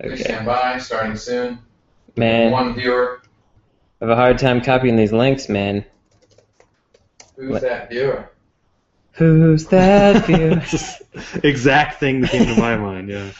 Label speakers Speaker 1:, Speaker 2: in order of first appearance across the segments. Speaker 1: Please
Speaker 2: Okay.
Speaker 1: stand by, starting soon.
Speaker 2: Man, I
Speaker 1: One viewer.
Speaker 2: have a hard time copying these links, man.
Speaker 1: Who's
Speaker 2: What?
Speaker 1: that viewer?
Speaker 2: Who's that view?
Speaker 3: exact thing that came to my mind. Yeah.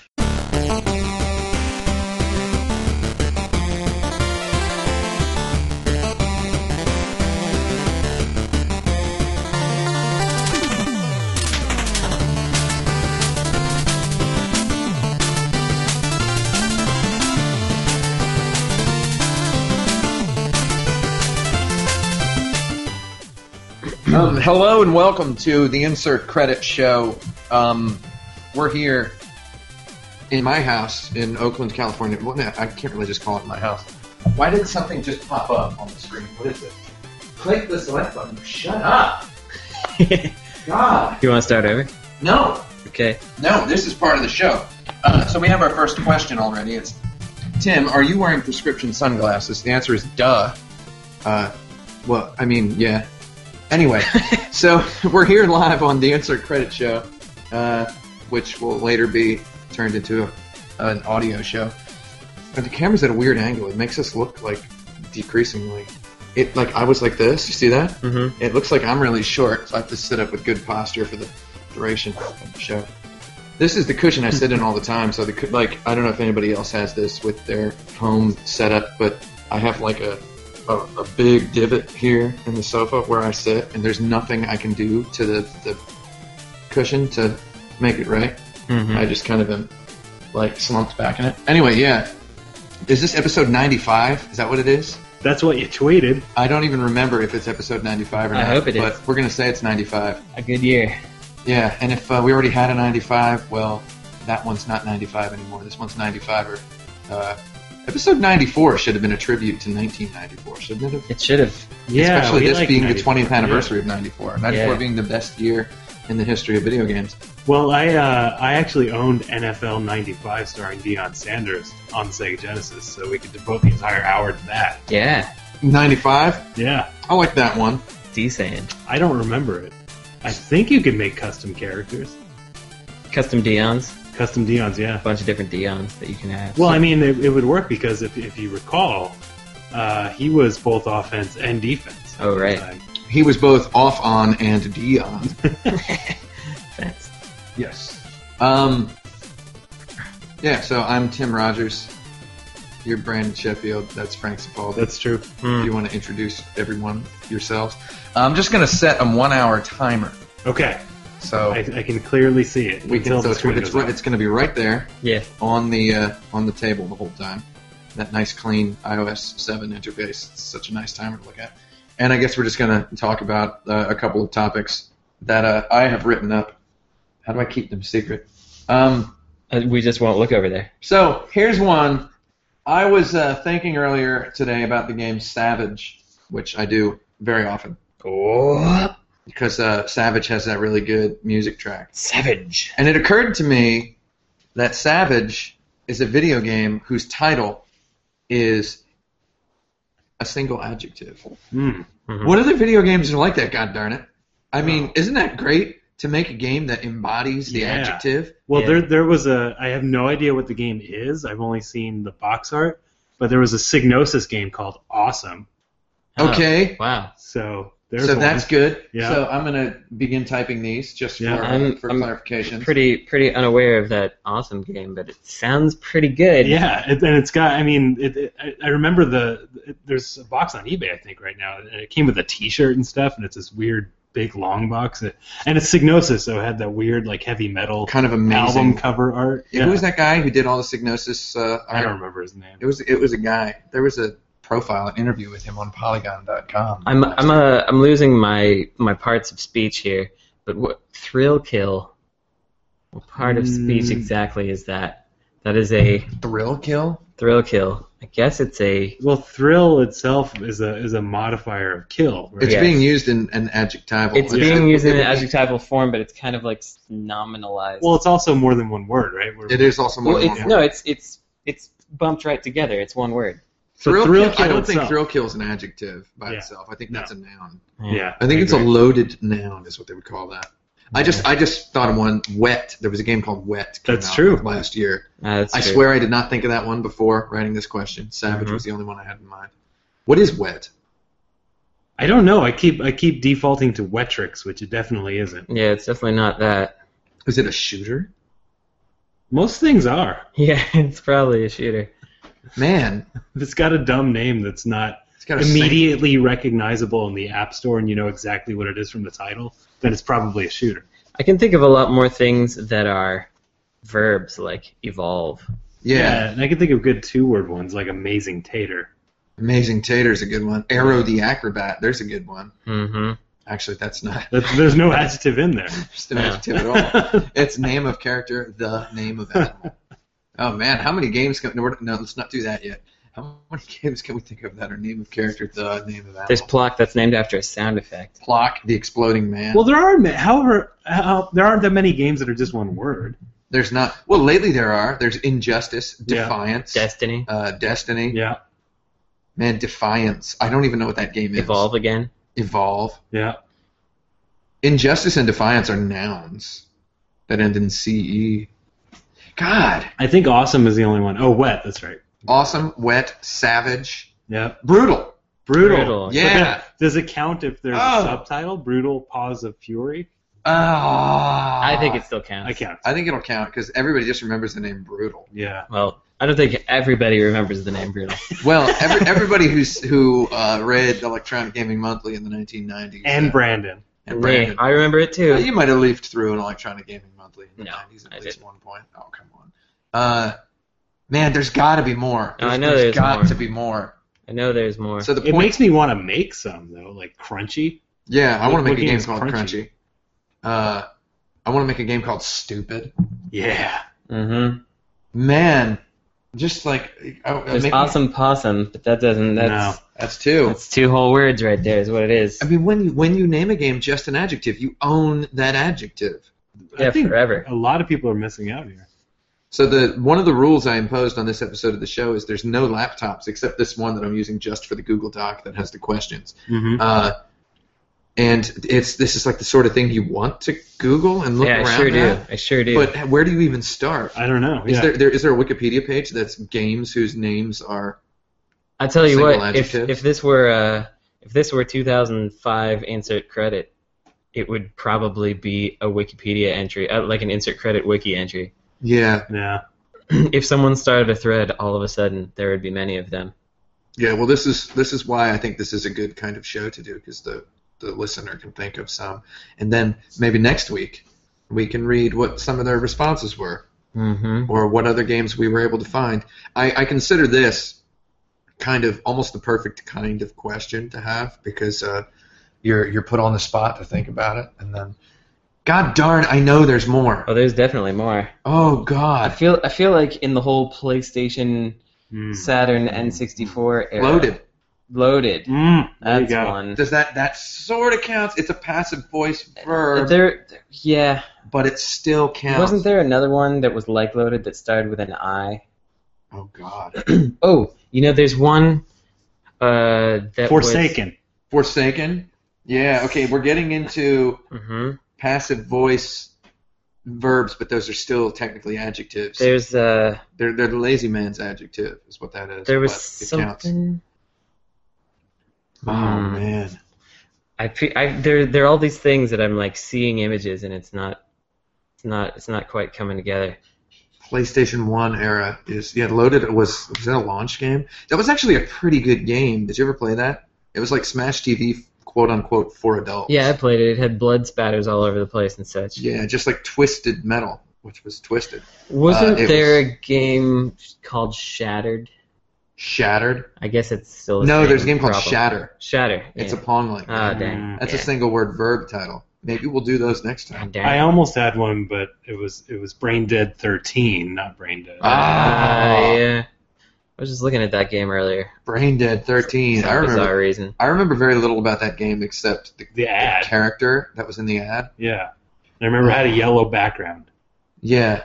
Speaker 4: Um, hello and welcome to the Insert Credit Show. Um, we're here in my house in Oakland, California. Well, no, I can't really just call it my house. Why did something just pop up on the screen? What is this? Click the select button. Shut up! God!
Speaker 2: you want to start over?
Speaker 4: No!
Speaker 2: Okay.
Speaker 4: No, this is part of the show. Uh, so we have our first question already. It's Tim, are you wearing prescription sunglasses? The answer is duh. Uh, well, I mean, yeah. Anyway, so we're here live on the Insert Credit Show, uh, which will later be turned into a, an audio show. But the camera's at a weird angle. It makes us look like decreasingly. It like I was like this. You see that?
Speaker 2: Mm-hmm.
Speaker 4: It looks like I'm really short, so I have to sit up with good posture for the duration of the show. This is the cushion I sit in all the time, so the cu- like I don't know if anybody else has this with their home setup, but I have like a a, a big divot here in the sofa where I sit, and there's nothing I can do to the, the cushion to make it right.
Speaker 2: Mm-hmm.
Speaker 4: I just kind of am like slumped back in it. Anyway, yeah. Is this episode 95? Is that what it is?
Speaker 3: That's what you tweeted.
Speaker 4: I don't even remember if it's episode 95 or
Speaker 2: I
Speaker 4: not.
Speaker 2: hope it is.
Speaker 4: But we're going to say it's 95.
Speaker 2: A good year.
Speaker 4: Yeah, and if uh, we already had a 95, well, that one's not 95 anymore. This one's 95 or. Uh, episode 94 should have been a tribute to 1994, shouldn't it? have?
Speaker 2: It should have.
Speaker 3: Yeah.
Speaker 4: Especially
Speaker 3: we
Speaker 4: this
Speaker 3: like
Speaker 4: being
Speaker 3: 94,
Speaker 4: the 20th
Speaker 3: yeah.
Speaker 4: anniversary of 94. 94
Speaker 2: Yeah.
Speaker 4: being the best year in the history of video games.
Speaker 3: Well, I uh, I actually owned NFL '95 starring Deion Sanders on the Sega Genesis, so we could devote the entire hour to that.
Speaker 2: Yeah.
Speaker 4: 95?
Speaker 3: Yeah.
Speaker 4: I like that one.
Speaker 2: Decent.
Speaker 3: I don't remember it. I think you could make custom characters,
Speaker 2: Custom Dion's.
Speaker 3: custom Deons. Yeah.
Speaker 2: A bunch of different Dion's that you can have.
Speaker 3: Well, I mean, it, it would work because if if you recall, uh, he was both offense and defense. at
Speaker 2: Oh,
Speaker 3: the
Speaker 2: right.
Speaker 3: time.
Speaker 4: He was both off on and D on.
Speaker 2: That's
Speaker 4: Yes. Um, yeah, so I'm Tim Rogers. You're Brandon Sheffield. That's Frank Sepulveda.
Speaker 3: That's true.
Speaker 4: If you want to introduce everyone yourselves, Hmm. I'm just going to set a one hour timer.
Speaker 3: Okay,
Speaker 4: So
Speaker 3: I, I can clearly see it.
Speaker 4: we can, so
Speaker 3: Until the
Speaker 4: it's,
Speaker 3: screen
Speaker 4: it's,
Speaker 3: goes
Speaker 4: right-
Speaker 3: out.
Speaker 4: it's going to be right there
Speaker 2: yeah.
Speaker 4: on the uh, on the table the whole time. That nice, clean iOS 7 interface. It's such a nice timer to look at. And I guess we're just going to talk about uh, a couple of topics that uh, I have written up. How do I keep them secret? Um,
Speaker 2: Uh, We just won't look over there.
Speaker 4: So here's one. I was uh, thinking earlier today about the game Savage, which I do very often
Speaker 2: Oh,
Speaker 4: because uh, Savage has that really good music track.
Speaker 2: savage.
Speaker 4: And it occurred to me that Savage is a video game whose title is a single adjective.
Speaker 3: Mm.
Speaker 4: What other video games are like that? God darn it! I mean, isn't that great to make a game that embodies the
Speaker 3: Yeah.
Speaker 4: adjective?
Speaker 3: Well,
Speaker 2: Yeah.
Speaker 3: there there was a. I have no idea what the game is. I've only seen the box art, but there was a Cygnosis game called Awesome.
Speaker 2: Oh,
Speaker 4: Okay.
Speaker 2: wow.
Speaker 3: So there's
Speaker 4: so
Speaker 3: one.
Speaker 4: that's good.
Speaker 3: Yeah.
Speaker 4: So I'm gonna begin typing these just
Speaker 3: Yeah.
Speaker 4: for,
Speaker 2: I'm-
Speaker 4: for
Speaker 2: I'm
Speaker 4: clarification.
Speaker 2: Pretty pretty unaware of that awesome game, but it sounds pretty good.
Speaker 3: Yeah, it, and it's got. I mean, it, it, I- I remember the. It, there's a box on eBay, I think, right now. And it came with a T-shirt and stuff, and it's this weird big long box. It, and it's Cygnosis, so it had that weird like heavy metal
Speaker 4: kind of amazing.
Speaker 3: album cover art.
Speaker 4: Yeah, Who was that guy who did all the Cygnosis? Uh,
Speaker 3: I don't
Speaker 4: art?
Speaker 3: remember his name.
Speaker 4: It was it was a guy. There was a profile, an interview with him on Polygon.com.
Speaker 2: I'm I'm uh, I'm losing my my parts of speech here. But what thrill kill? What part of speech
Speaker 3: Mm.
Speaker 2: exactly is that? That is a
Speaker 4: Thrill Kill.
Speaker 2: thrill kill. I guess it's a
Speaker 3: Well, thrill itself is a is a modifier of kill. Right?
Speaker 4: It's
Speaker 2: Yes.
Speaker 4: being used in an adjectival.
Speaker 2: it's
Speaker 3: Yeah.
Speaker 2: being used in an
Speaker 4: it-
Speaker 2: adjectival form, but it's kind of like nominalized.
Speaker 3: Well, it's also more than one word, right? We're-
Speaker 4: It is also more.
Speaker 2: Well,
Speaker 4: than
Speaker 2: it's
Speaker 4: one
Speaker 2: no,
Speaker 4: word.
Speaker 2: it's it's it's bumped right together. It's one word.
Speaker 3: So
Speaker 4: thrill,
Speaker 3: Thrill
Speaker 4: kill, I
Speaker 3: Kill
Speaker 4: don't think
Speaker 3: itself.
Speaker 4: Thrill Kill is an adjective by
Speaker 3: Yeah.
Speaker 4: itself. I think
Speaker 3: No.
Speaker 4: that's a noun.
Speaker 3: Yeah.
Speaker 4: I think it's a
Speaker 3: agree.
Speaker 4: loaded noun is what they would call that. I just I just thought of one. Wet. There was a game called Wet. came
Speaker 3: That's
Speaker 4: out
Speaker 3: true.
Speaker 4: Last year.
Speaker 2: Uh, that's
Speaker 4: I
Speaker 2: true.
Speaker 4: swear I did not think of that one before writing this question. Savage
Speaker 2: Mhm.
Speaker 4: was the only one I had in mind. What is Wet?
Speaker 3: I don't know. I keep I keep defaulting to Wetrix, which it definitely isn't.
Speaker 2: Yeah, it's definitely not that.
Speaker 4: Is it a shooter?
Speaker 3: Most things are.
Speaker 2: Yeah, it's probably a shooter.
Speaker 4: Man,
Speaker 3: It's got a dumb name that's not
Speaker 4: it's got a
Speaker 3: immediately recognizable in the App Store, and you know exactly what it is from the title. Then it's probably a shooter.
Speaker 2: I can think of a lot more things that are verbs like evolve.
Speaker 4: yeah.
Speaker 3: and I can think of good two-word ones like Amazing Tater.
Speaker 4: Amazing Tater's a good one. Arrow the Acrobat, there's a good one.
Speaker 2: Mm-hmm.
Speaker 4: Actually, that's not
Speaker 3: That's, there's no adjective in there.
Speaker 4: just an adjective at all. It's name of character, the name of animal. Oh man, how many games can no, we're- no? Let's not do that yet. How many games can we think of that are name of character, the name of animal?
Speaker 2: There's Plock that's named after a sound effect.
Speaker 4: Plock, the exploding man.
Speaker 3: well, there are, ma- however, how, there aren't that many games that are just one word.
Speaker 4: there's not. Well, lately there are. There's injustice,
Speaker 3: Yeah.
Speaker 4: defiance,
Speaker 2: Destiny.
Speaker 4: uh, destiny.
Speaker 3: Yeah,
Speaker 4: Man, defiance. I don't even know what that game is.
Speaker 2: Evolve again.
Speaker 4: Evolve.
Speaker 3: yeah.
Speaker 4: Injustice and defiance are nouns that end in ce. God,
Speaker 3: I think Awesome is the only one. Oh, Wet. That's right.
Speaker 4: awesome, wet, savage,
Speaker 3: Yeah,
Speaker 4: brutal.
Speaker 3: brutal.
Speaker 2: Brutal.
Speaker 3: But
Speaker 4: Yeah.
Speaker 3: that- does it count if there's
Speaker 4: Oh.
Speaker 3: a subtitle? Brutal Pause of Fury.
Speaker 4: Ah.
Speaker 2: I think it still counts.
Speaker 3: I count.
Speaker 4: I think it'll count because everybody just remembers the name Brutal.
Speaker 3: Yeah.
Speaker 2: Well, I don't think everybody remembers the name Brutal.
Speaker 4: Well, every, everybody who's who uh, read Electronic Gaming Monthly in the 1990s
Speaker 3: And
Speaker 4: uh,
Speaker 3: Brandon.
Speaker 4: and
Speaker 2: Yeah,
Speaker 4: Brandon.
Speaker 2: I remember it
Speaker 4: Uh,
Speaker 2: too.
Speaker 4: you might have leafed through an Electronic Gaming Monthly in the
Speaker 2: No,
Speaker 4: 90s at
Speaker 2: I
Speaker 4: least
Speaker 2: didn't.
Speaker 4: one point. Oh come on, uh, man, there's got to be more.
Speaker 2: No,
Speaker 4: There's,
Speaker 2: I know
Speaker 4: there's
Speaker 2: there's
Speaker 4: got
Speaker 2: more.
Speaker 4: to be more.
Speaker 2: I know there's more.
Speaker 4: So the
Speaker 3: It
Speaker 4: point,
Speaker 3: makes me want to make some though, like Crunchy.
Speaker 4: yeah, I want
Speaker 3: what-
Speaker 4: to
Speaker 3: what
Speaker 4: make a
Speaker 3: game
Speaker 4: game
Speaker 3: is
Speaker 4: called
Speaker 3: Crunchy?
Speaker 4: Crunchy. Uh, I want to make a game called Stupid.
Speaker 3: Yeah.
Speaker 4: Uh,
Speaker 2: mm-hmm.
Speaker 4: Man, just like I, I
Speaker 2: There's
Speaker 4: make-
Speaker 2: awesome possum, but that doesn't. That's
Speaker 4: That's two.
Speaker 2: that's two whole words right there. Is what it is.
Speaker 4: I mean, when you when you name a game just an adjective, you own that adjective.
Speaker 2: Yeah,
Speaker 3: I think
Speaker 2: forever.
Speaker 3: A lot of people are missing out here.
Speaker 4: So the one of the rules I imposed on this episode of the show is there's no laptops except this one that I'm using just for the Google Doc that has the questions.
Speaker 3: Mm-hmm.
Speaker 4: Uh, and it's this is like the sort of thing you want to Google and look
Speaker 2: yeah, I
Speaker 4: around
Speaker 2: sure do.
Speaker 4: at.
Speaker 2: I sure do.
Speaker 4: But where do you even start?
Speaker 3: I don't know.
Speaker 4: Is
Speaker 3: yeah.
Speaker 4: there, there is there a Wikipedia page that's games whose names are
Speaker 2: I tell you
Speaker 4: Single
Speaker 2: what, if,
Speaker 4: adjectives.
Speaker 2: if this were uh, if this were 2005 insert credit, it would probably be a Wikipedia entry, uh, like an insert credit wiki entry.
Speaker 4: yeah
Speaker 3: yeah.
Speaker 2: if someone started a thread, all of a sudden there would be many of them.
Speaker 4: Yeah, well, this is this is why I think this is a good kind of show to do because the the listener can think of some, and then maybe next week we can read what some of their responses were
Speaker 2: Mm-hmm.
Speaker 4: or what other games we were able to find. I, I consider this kind of almost the perfect kind of question to have because uh, you're you're put on the spot to think about it, and then God darn, I know there's more.
Speaker 2: Oh, there's definitely more.
Speaker 4: Oh
Speaker 2: I
Speaker 4: God,
Speaker 2: feel I feel like in the whole PlayStation,
Speaker 3: Mm.
Speaker 2: Saturn, N64 era,
Speaker 4: loaded.
Speaker 2: loaded.
Speaker 3: Mm. There you
Speaker 2: That's
Speaker 3: go.
Speaker 2: one.
Speaker 4: Does that that sort of counts? It's a passive voice verb.
Speaker 2: There, yeah.
Speaker 4: but it still counts.
Speaker 2: Wasn't there another one that was like loaded that started with an I?
Speaker 4: Oh God,
Speaker 2: Oh, you know, there's one uh, that
Speaker 3: Forsaken.
Speaker 4: Forsaken. Yeah. Okay, we're getting into
Speaker 2: Was, hmm
Speaker 4: passive voice verbs, but those are still technically adjectives. They're
Speaker 2: There's uh,
Speaker 4: they're, the lazy man's adjective, is what that is.
Speaker 2: there was
Speaker 4: but it Counts.
Speaker 2: something.
Speaker 4: Oh
Speaker 2: Hmm.
Speaker 4: man.
Speaker 2: I, pe- I there there are all these things that I'm like seeing images and it's not, it's not it's not quite coming together.
Speaker 4: PlayStation One era is yeah. Loaded was was that a launch game? That was actually a pretty good game. Did you ever play that? It was like Smash TV, quote unquote, for adults.
Speaker 2: Yeah, I played it. It had blood spatters all over the place and such.
Speaker 4: Yeah, just like Twisted Metal, which was twisted,
Speaker 2: Wasn't
Speaker 4: Uh, it
Speaker 2: there a game called Shattered?
Speaker 4: shattered.
Speaker 2: I guess it's still. The
Speaker 4: No,
Speaker 2: same
Speaker 4: there's a game called
Speaker 2: problem.
Speaker 4: Shatter.
Speaker 2: Shatter.
Speaker 4: It's
Speaker 2: yeah.
Speaker 4: a Pong link.
Speaker 2: Ah,
Speaker 3: Mm.
Speaker 2: dang.
Speaker 4: That's
Speaker 2: yeah.
Speaker 4: a single word verb title. Maybe we'll do those next
Speaker 2: God
Speaker 4: time.
Speaker 2: damn.
Speaker 3: I almost had one, but it was it was Brain Dead 13, not Brain Dead.
Speaker 4: Ah.
Speaker 2: Ah, yeah. I was just looking at that game earlier.
Speaker 4: Brain Dead 13.
Speaker 2: For
Speaker 4: I
Speaker 2: some
Speaker 4: remember.
Speaker 2: bizarre reason.
Speaker 4: I remember very little about that game except the,
Speaker 3: the
Speaker 4: the
Speaker 3: ad.
Speaker 4: character that was in the ad.
Speaker 3: Yeah. And I remember it had a yellow background.
Speaker 4: Yeah.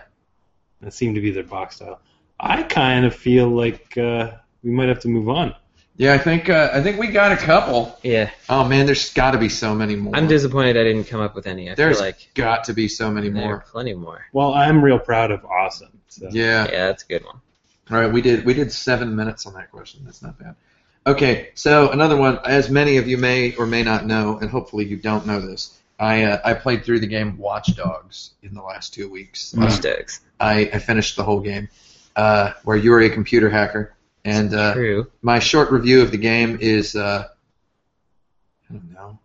Speaker 3: That seemed to be their box style. I kind of feel like uh, we might have to move on.
Speaker 4: Yeah, I think uh, I think we got a couple.
Speaker 2: Yeah,
Speaker 4: Oh man, there's got to be so many more.
Speaker 2: I'm disappointed I didn't come up with any. I
Speaker 4: There's
Speaker 2: feel like
Speaker 4: got to be so many
Speaker 2: there are
Speaker 4: more.
Speaker 2: plenty more.
Speaker 3: Well, I'm real proud of awesome. So.
Speaker 4: Yeah.
Speaker 2: Yeah, that's a good one.
Speaker 4: All right, we did we did seven minutes on that question. That's not bad. Okay, so another one. As many of you may or may not know, and hopefully you don't know this, I uh, I played through the game Watch Dogs in the last two weeks.
Speaker 2: Watch Dogs.
Speaker 4: I, I finished the whole game, uh, where you are a computer hacker, and uh,
Speaker 2: True.
Speaker 4: my short review of the game is uh, I don't know.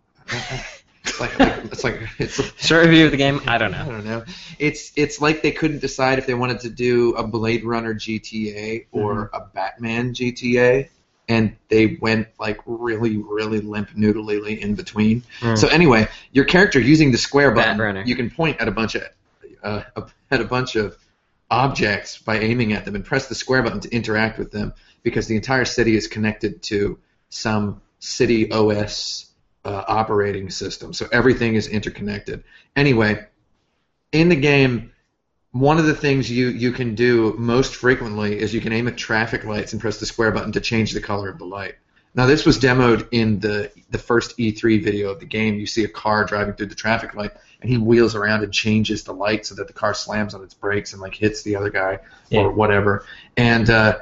Speaker 4: It's like, it's like it's
Speaker 2: Short review of the game. I don't
Speaker 4: I
Speaker 2: know.
Speaker 4: don't know. It's it's like they couldn't decide if they wanted to do a Blade Runner GTA
Speaker 2: Mm-hmm.
Speaker 4: or a Batman GTA, and they went like really really limp noodlely in between.
Speaker 2: Mm.
Speaker 4: So anyway, your character using the square button,
Speaker 2: Batrunner.
Speaker 4: you can point at a bunch of uh, at a bunch of objects by aiming at them and press the square button to interact with them because the entire city is connected to some city OS uh, operating system. So everything is interconnected. Anyway, in the game, one of the things you, you can do most frequently is you can aim at traffic lights and press the square button to change the color of the light. Now, this was demoed in the, the first E3 video of the game. You see a car driving through the traffic light, and he wheels around and changes the light so that the car slams on its brakes and like hits the other guy
Speaker 2: Yeah.
Speaker 4: or whatever. And uh,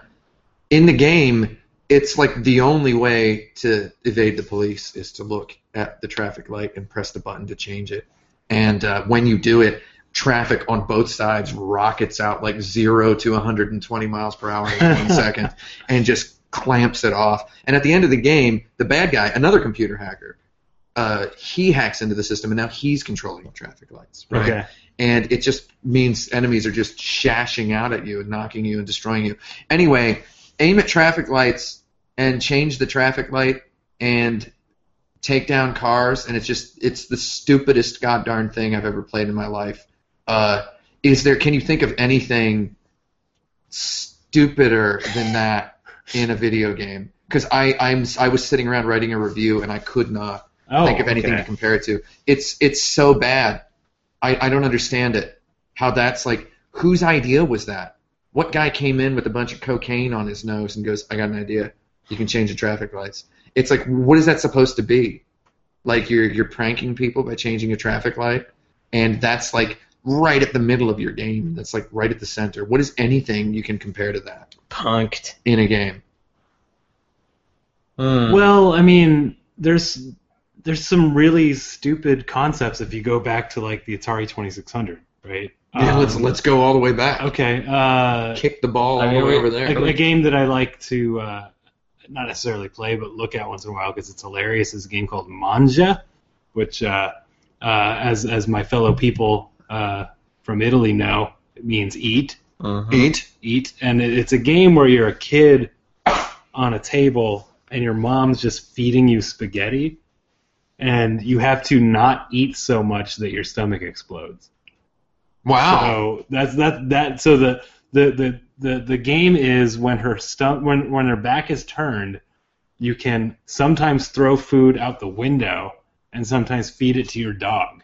Speaker 4: in the game, it's like the only way to evade the police is to look at the traffic light and press the button to change it. And uh, when you do it, traffic on both sides rockets out like zero to 120 miles per hour in one second and just clamps it off. And at the end of the game, the bad guy, another computer hacker, uh, he hacks into the system and now he's controlling the traffic lights. Right?
Speaker 3: Okay.
Speaker 4: and it just means enemies are just shashing out at you and knocking you and destroying you. Anyway, aim at traffic lights and change the traffic light and take down cars, and it's just it's the stupidest goddamn thing I've ever played in my life. Uh, is there? Can you think of anything stupider than that in a video game? Because I I'm I was sitting around writing a review and I could not
Speaker 3: Oh,
Speaker 4: think of anything
Speaker 3: okay.
Speaker 4: to compare it to. It's it's so bad. I, I don't understand it. How that's like whose idea was that? What guy came in with a bunch of cocaine on his nose and goes, I got an idea. You can change the traffic lights. It's like what is that supposed to be? Like you're you're pranking people by changing a traffic light? And that's like right at the middle of your game. That's like right at the center. What is anything you can compare to that
Speaker 2: Punked.
Speaker 4: in a game?
Speaker 2: Hmm.
Speaker 3: Well, I mean, there's there's some really stupid concepts if you go back to like the Atari 2600, right?
Speaker 4: Yeah, let's
Speaker 3: Um,
Speaker 4: let's go all the way back.
Speaker 3: Okay. Uh,
Speaker 4: Kick the ball
Speaker 2: I
Speaker 4: all
Speaker 2: mean,
Speaker 4: the way
Speaker 2: we-
Speaker 4: over there.
Speaker 3: a, a game that I like to uh, not necessarily play, but look at once in a while because it's hilarious. Is a game called Manja, which, uh, uh, as as my fellow people uh, from Italy know, it means eat,
Speaker 2: Mhm.
Speaker 4: Eat.
Speaker 3: eat, and it, it's a game where you're a kid on a table and your mom's just feeding you spaghetti, and you have to not eat so much that your stomach explodes.
Speaker 4: Wow.
Speaker 3: So that's that that so the the the the, the game is when her stump when when her back is turned, you can sometimes throw food out the window and sometimes feed it to your dog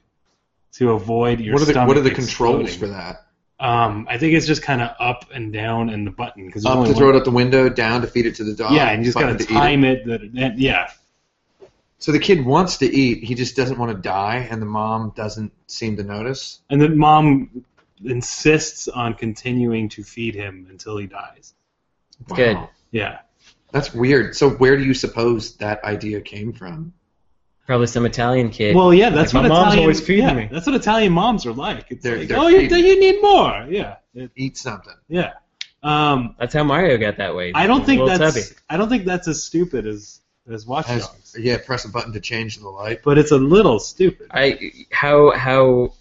Speaker 3: to avoid your
Speaker 4: what are the
Speaker 3: stomach
Speaker 4: what are the
Speaker 3: exploding.
Speaker 4: controls for that?
Speaker 3: Um, I think it's just kind of up and down and the button because
Speaker 4: Up
Speaker 3: only
Speaker 4: to throw it
Speaker 3: one,
Speaker 4: out the window, down to feed it to the dog.
Speaker 3: yeah, and you just
Speaker 4: button
Speaker 3: gotta
Speaker 4: to eat it.
Speaker 3: time it. That, that yeah,
Speaker 4: So the kid wants to eat, he just doesn't want to die, and the mom doesn't seem to notice.
Speaker 3: and then mom insists on continuing to feed him until he dies.
Speaker 4: Wow.
Speaker 2: good.
Speaker 3: Yeah,
Speaker 4: That's weird. So where do you suppose that idea came from?
Speaker 2: Probably some Italian kid.
Speaker 3: Well, yeah, that's
Speaker 2: Like,
Speaker 3: what
Speaker 2: my mom's
Speaker 3: Italian,
Speaker 2: always feeding
Speaker 3: yeah,
Speaker 2: me.
Speaker 3: That's what Italian moms are like. It's
Speaker 4: They're-
Speaker 3: like,
Speaker 4: they're
Speaker 3: oh, you,
Speaker 4: feeding.
Speaker 3: you need more. Yeah, It-
Speaker 4: Eat something.
Speaker 3: yeah. Um,
Speaker 2: that's how Mario got that way.
Speaker 3: I don't think
Speaker 2: Little
Speaker 3: that's
Speaker 2: tubby.
Speaker 3: I don't think that's as stupid as as Watch
Speaker 4: As-
Speaker 3: Dogs,
Speaker 4: yeah, press a button to change the light.
Speaker 3: but it's a little stupid.
Speaker 2: I how how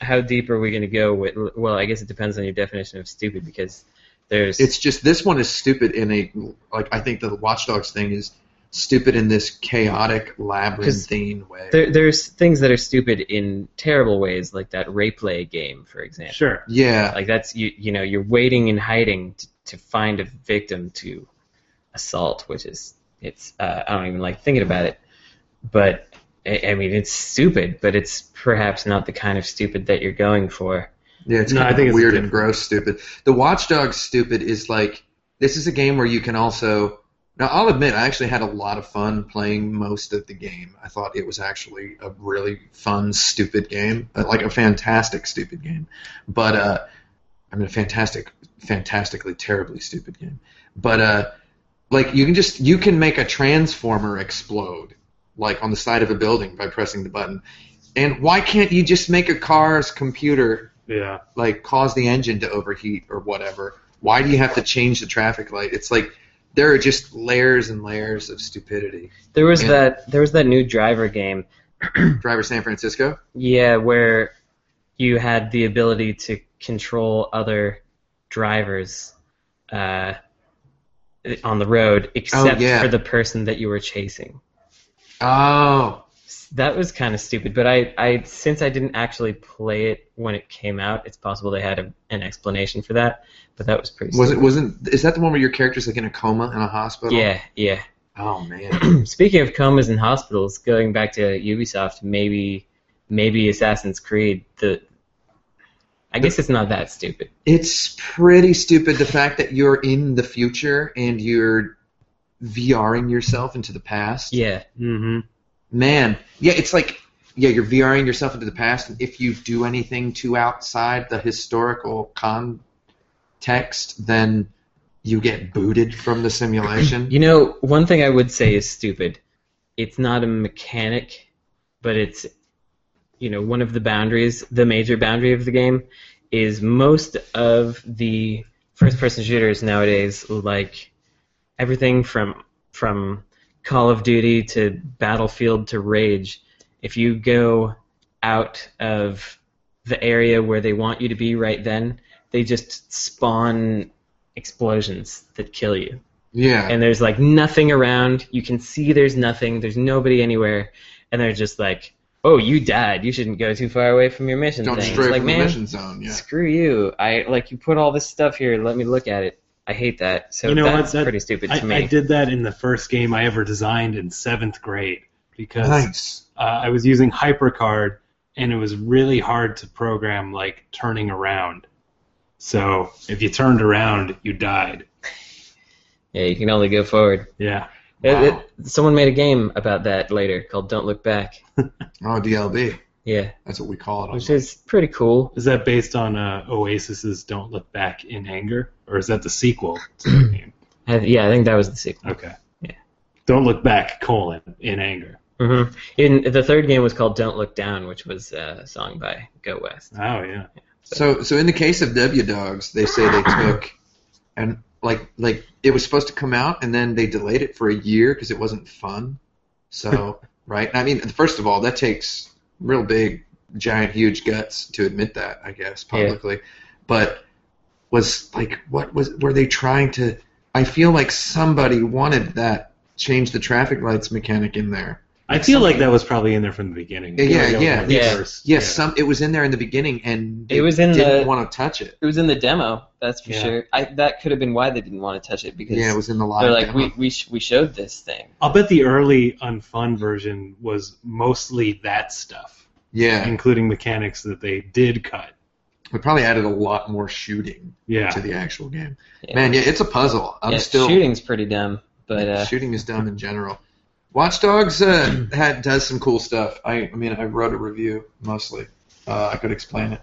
Speaker 2: how deep are we going to go with? Well, I guess it depends on your definition of stupid because there's
Speaker 4: It's just this one is stupid in a like I think the Watch Dogs thing is stupid in this chaotic labyrinthine way.
Speaker 2: there, there's things that are stupid in terrible ways, like that replay game, for example.
Speaker 3: Sure.
Speaker 4: Yeah,
Speaker 2: Like that's you you know you're waiting and hiding to, to find a victim to assault, which is it's uh, I don't even like thinking about it, but I, I mean it's stupid, but it's perhaps not the kind of stupid that you're going for.
Speaker 4: Yeah, it's
Speaker 3: No,
Speaker 4: kind
Speaker 3: I think
Speaker 4: of
Speaker 3: it's
Speaker 4: weird
Speaker 3: different.
Speaker 4: and gross, stupid. The Watchdog stupid is like this is a game where you can also Now, I'll admit, I actually had a lot of fun playing most of the game. I thought it was actually a really fun, stupid game, uh, like a fantastic, stupid game. But, uh, I mean, a fantastic, fantastically, terribly stupid game. But, uh, like, you can just, you can make a transformer explode, like, on the side of a building by pressing the button. And why can't you just make a car's computer
Speaker 3: Yeah.
Speaker 4: like cause the engine to overheat or whatever. Why do you have to change the traffic light? It's like there are just layers and layers of stupidity.
Speaker 2: There was
Speaker 4: Yeah.
Speaker 2: that there was that new driver game,
Speaker 4: Driver San Francisco.
Speaker 2: yeah, where you had the ability to control other drivers uh, on the road, except
Speaker 4: Oh, yeah.
Speaker 2: for the person that you were chasing.
Speaker 4: Oh,
Speaker 2: That was kind of stupid, but I, I since I didn't actually play it when it came out, it's possible they had a, an explanation for that. But that was pretty.
Speaker 4: was it
Speaker 2: stupid.
Speaker 4: wasn't? Is that the one where your character's like in a coma in a hospital?
Speaker 2: Yeah, yeah.
Speaker 4: Oh man.
Speaker 2: Speaking of comas and hospitals, going back to Ubisoft, maybe maybe Assassin's Creed. The I guess it's not that stupid.
Speaker 4: It's pretty stupid the fact that you're in the future and you're VRing yourself into the past.
Speaker 2: Yeah,
Speaker 3: Mm-hmm.
Speaker 4: Man, yeah, it's like yeah, you're VRing yourself into the past, and if you do anything to outside the historical context, then you get booted from the simulation.
Speaker 2: you know one thing I would say is stupid. It's not a mechanic, but it's you know one of the boundaries, the major boundary of the game, is most of the first-person shooters nowadays, like everything from from Call of Duty to Battlefield to Rage, if you go out of the area where they want you to be right then, they just spawn explosions that kill you
Speaker 4: yeah,
Speaker 2: and there's like nothing around. You can see there's nothing. There's nobody anywhere, and they're just like, "Oh, you died. You shouldn't go too far away from your mission."
Speaker 4: don't
Speaker 2: thing."
Speaker 4: stray
Speaker 2: it's like,
Speaker 4: from
Speaker 2: man,
Speaker 4: the mission zone. Yeah,
Speaker 2: screw you. I like you put all this stuff here. Let me look at it. I hate that. So
Speaker 3: You know what?
Speaker 2: that's
Speaker 3: That-
Speaker 2: pretty stupid to
Speaker 3: I,
Speaker 2: me.
Speaker 3: I did that in the first game I ever designed in seventh grade because
Speaker 4: nice.
Speaker 3: uh, I was using HyperCard, and it was really hard to program like turning around. So if you turned around, you died.
Speaker 2: Yeah, you can only go forward.
Speaker 3: Yeah.
Speaker 2: It-
Speaker 4: Wow.
Speaker 2: it- someone made a game about that later called "Don't Look Back."
Speaker 4: Oh, DLB.
Speaker 2: Yeah,
Speaker 4: That's what we call it. on-
Speaker 2: which is pretty cool.
Speaker 3: Is that based on uh, Oasis's "Don't Look Back in Anger," or is that the sequel? To the game?
Speaker 2: I, yeah, I think that was the sequel.
Speaker 3: Okay.
Speaker 2: Yeah.
Speaker 3: Don't look back, colon, in anger.
Speaker 2: hmm In the third game was called "Don't Look Down," which was uh, a song by Go West.
Speaker 3: Oh yeah.
Speaker 4: So, so in the case of W Dogs, they say they took and like like it was supposed to come out, and then they delayed it for a year because it wasn't fun. So, right? I mean, first of all, that takes real big, giant, huge guts to admit that, I guess,
Speaker 2: Yeah.
Speaker 4: publicly. But was like, what was were they trying to? I feel like somebody wanted that change the traffic lights mechanic in there.
Speaker 3: I feel like that was probably in there from the beginning.
Speaker 4: Yeah,
Speaker 3: I feel like
Speaker 4: yeah, yeah.
Speaker 3: that was one of the
Speaker 2: Yeah.
Speaker 3: first-
Speaker 4: Yeah, some it was in there in the beginning, and they
Speaker 2: It was in
Speaker 4: didn't
Speaker 2: the-
Speaker 4: want to touch it.
Speaker 2: It was in the demo, that's for
Speaker 3: Yeah.
Speaker 2: sure. I, that could have been why they didn't want to touch it because
Speaker 4: Yeah, it was in the live.
Speaker 2: they're like,
Speaker 4: demo.
Speaker 2: we we, sh- we showed this thing.
Speaker 3: I'll bet the early unfun version was mostly that stuff,
Speaker 4: yeah,
Speaker 3: including mechanics that they did cut.
Speaker 4: We probably added a lot more shooting
Speaker 3: Yeah.
Speaker 4: to the actual game.
Speaker 2: Yeah.
Speaker 4: Man, yeah, it's a puzzle. I'm
Speaker 2: Yeah,
Speaker 4: still
Speaker 2: shooting's pretty dumb, but uh,
Speaker 4: shooting is dumb in general. Watch Dogs uh, had, does some cool stuff. I, I mean, I wrote a review mostly. Uh, I could explain it,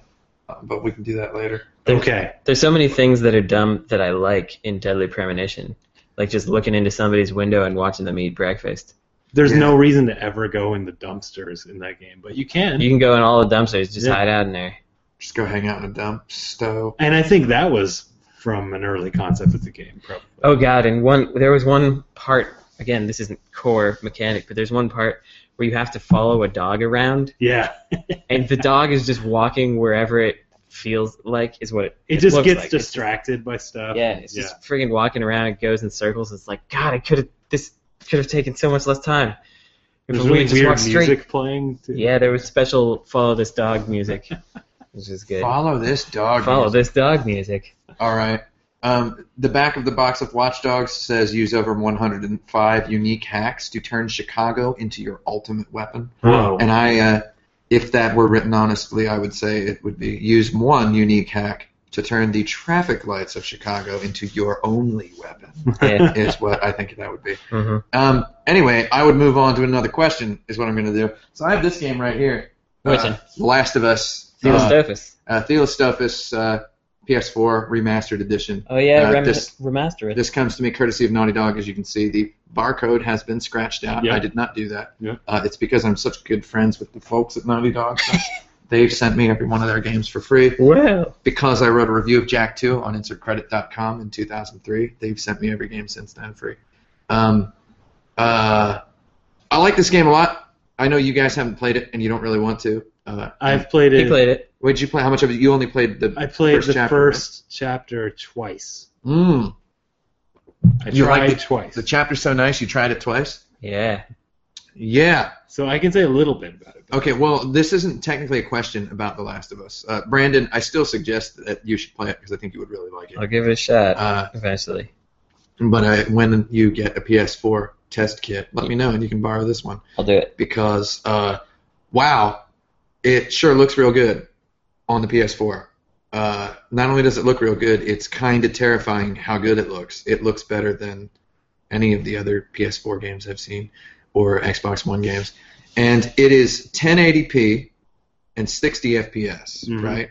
Speaker 4: uh, but we can do that later.
Speaker 3: Okay.
Speaker 2: there's so many things that are dumb that I like in Deadly Premonition, like just looking into somebody's window and watching them eat breakfast.
Speaker 3: There's
Speaker 4: Yeah.
Speaker 3: no reason to ever go in the dumpsters in that game, but you can.
Speaker 2: You can go in all the dumpsters, just
Speaker 3: Yeah.
Speaker 2: hide out in there.
Speaker 4: Just go hang out in a dump stove.
Speaker 3: and I think that was from an early concept of the game, probably.
Speaker 2: Oh god, and one there was one part again. This isn't core mechanic, but there's one part where you have to follow a dog around,
Speaker 3: Yeah.
Speaker 2: and the dog is just walking wherever it feels like is what it
Speaker 3: It just
Speaker 2: looks
Speaker 3: gets
Speaker 2: like. It's just-
Speaker 3: distracted by stuff.
Speaker 2: Yeah, it's just friggin' walking around. It goes in circles. It's like, God, I could have this could have taken so much less time. If
Speaker 3: There's
Speaker 2: we
Speaker 3: really
Speaker 2: just
Speaker 3: weird
Speaker 2: walked
Speaker 3: music
Speaker 2: straight-
Speaker 3: playing. Too.
Speaker 2: Yeah, there was special follow this dog music, which is good.
Speaker 4: Follow this dog.
Speaker 2: Follow this dog music.
Speaker 4: All right. Um, the back of the box of Watchdogs says use over 105 unique hacks to turn Chicago into your ultimate weapon.
Speaker 3: Whoa.
Speaker 4: And I, uh, if that were written honestly, I would say it would be use one unique hack to turn the traffic lights of Chicago into your only weapon
Speaker 2: Yeah.
Speaker 4: is what I think that would be.
Speaker 2: Mhm.
Speaker 4: Um, anyway, I would move on to another question. Is what I'm going to do. So I have this game right here.
Speaker 2: Which
Speaker 4: Uh,
Speaker 2: one?
Speaker 4: The Last of Us. Uh,
Speaker 2: Theostophus.
Speaker 4: uh, Theostophus, uh, PS4 remastered edition.
Speaker 2: Oh yeah,
Speaker 4: uh,
Speaker 2: rem-
Speaker 4: this-
Speaker 2: remaster it.
Speaker 4: This comes to me courtesy of Naughty Dog. As you can see, the barcode has been scratched out.
Speaker 3: Yeah.
Speaker 4: I did not do that.
Speaker 3: Yeah.
Speaker 4: Uh, it's because I'm such good friends with the folks at Naughty Dog. so they've sent me every one of their games for free.
Speaker 2: well,
Speaker 4: Because I wrote a review of Jack 2 on insertcredit.com in 2003, they've sent me every game since then free. Um, uh, I like this game a lot. I know you guys haven't played it and you don't really want to. Uh,
Speaker 3: I've played
Speaker 2: he
Speaker 3: it.
Speaker 2: played it.
Speaker 4: what did you play? How much of it? You only played the.
Speaker 3: I played
Speaker 4: First
Speaker 3: the
Speaker 4: chapter,
Speaker 3: first chapter twice.
Speaker 4: Mm,
Speaker 3: I
Speaker 4: You
Speaker 3: tried
Speaker 4: liked
Speaker 3: twice.
Speaker 4: the chapter's so nice. You tried it twice.
Speaker 2: Yeah.
Speaker 4: Yeah.
Speaker 3: so I can say a little bit about it.
Speaker 4: Okay, well, this isn't technically a question about The Last of Us. Uh, Brandon, I still suggest that you should play it because I think you would really like it.
Speaker 2: I'll give it a shot
Speaker 4: Uh,
Speaker 2: eventually.
Speaker 4: but I, when you get a PS4 test kit, let me know and you can borrow this one
Speaker 2: I'll do it.
Speaker 4: because, uh, wow, it sure looks real good on the PS4. Uh, not only does it look real good, it's kind of terrifying how good it looks. It looks better than any of the other PS4 games I've seen or Xbox One games. And it is 1080p and 60 FPS,
Speaker 3: Mhm.
Speaker 4: right?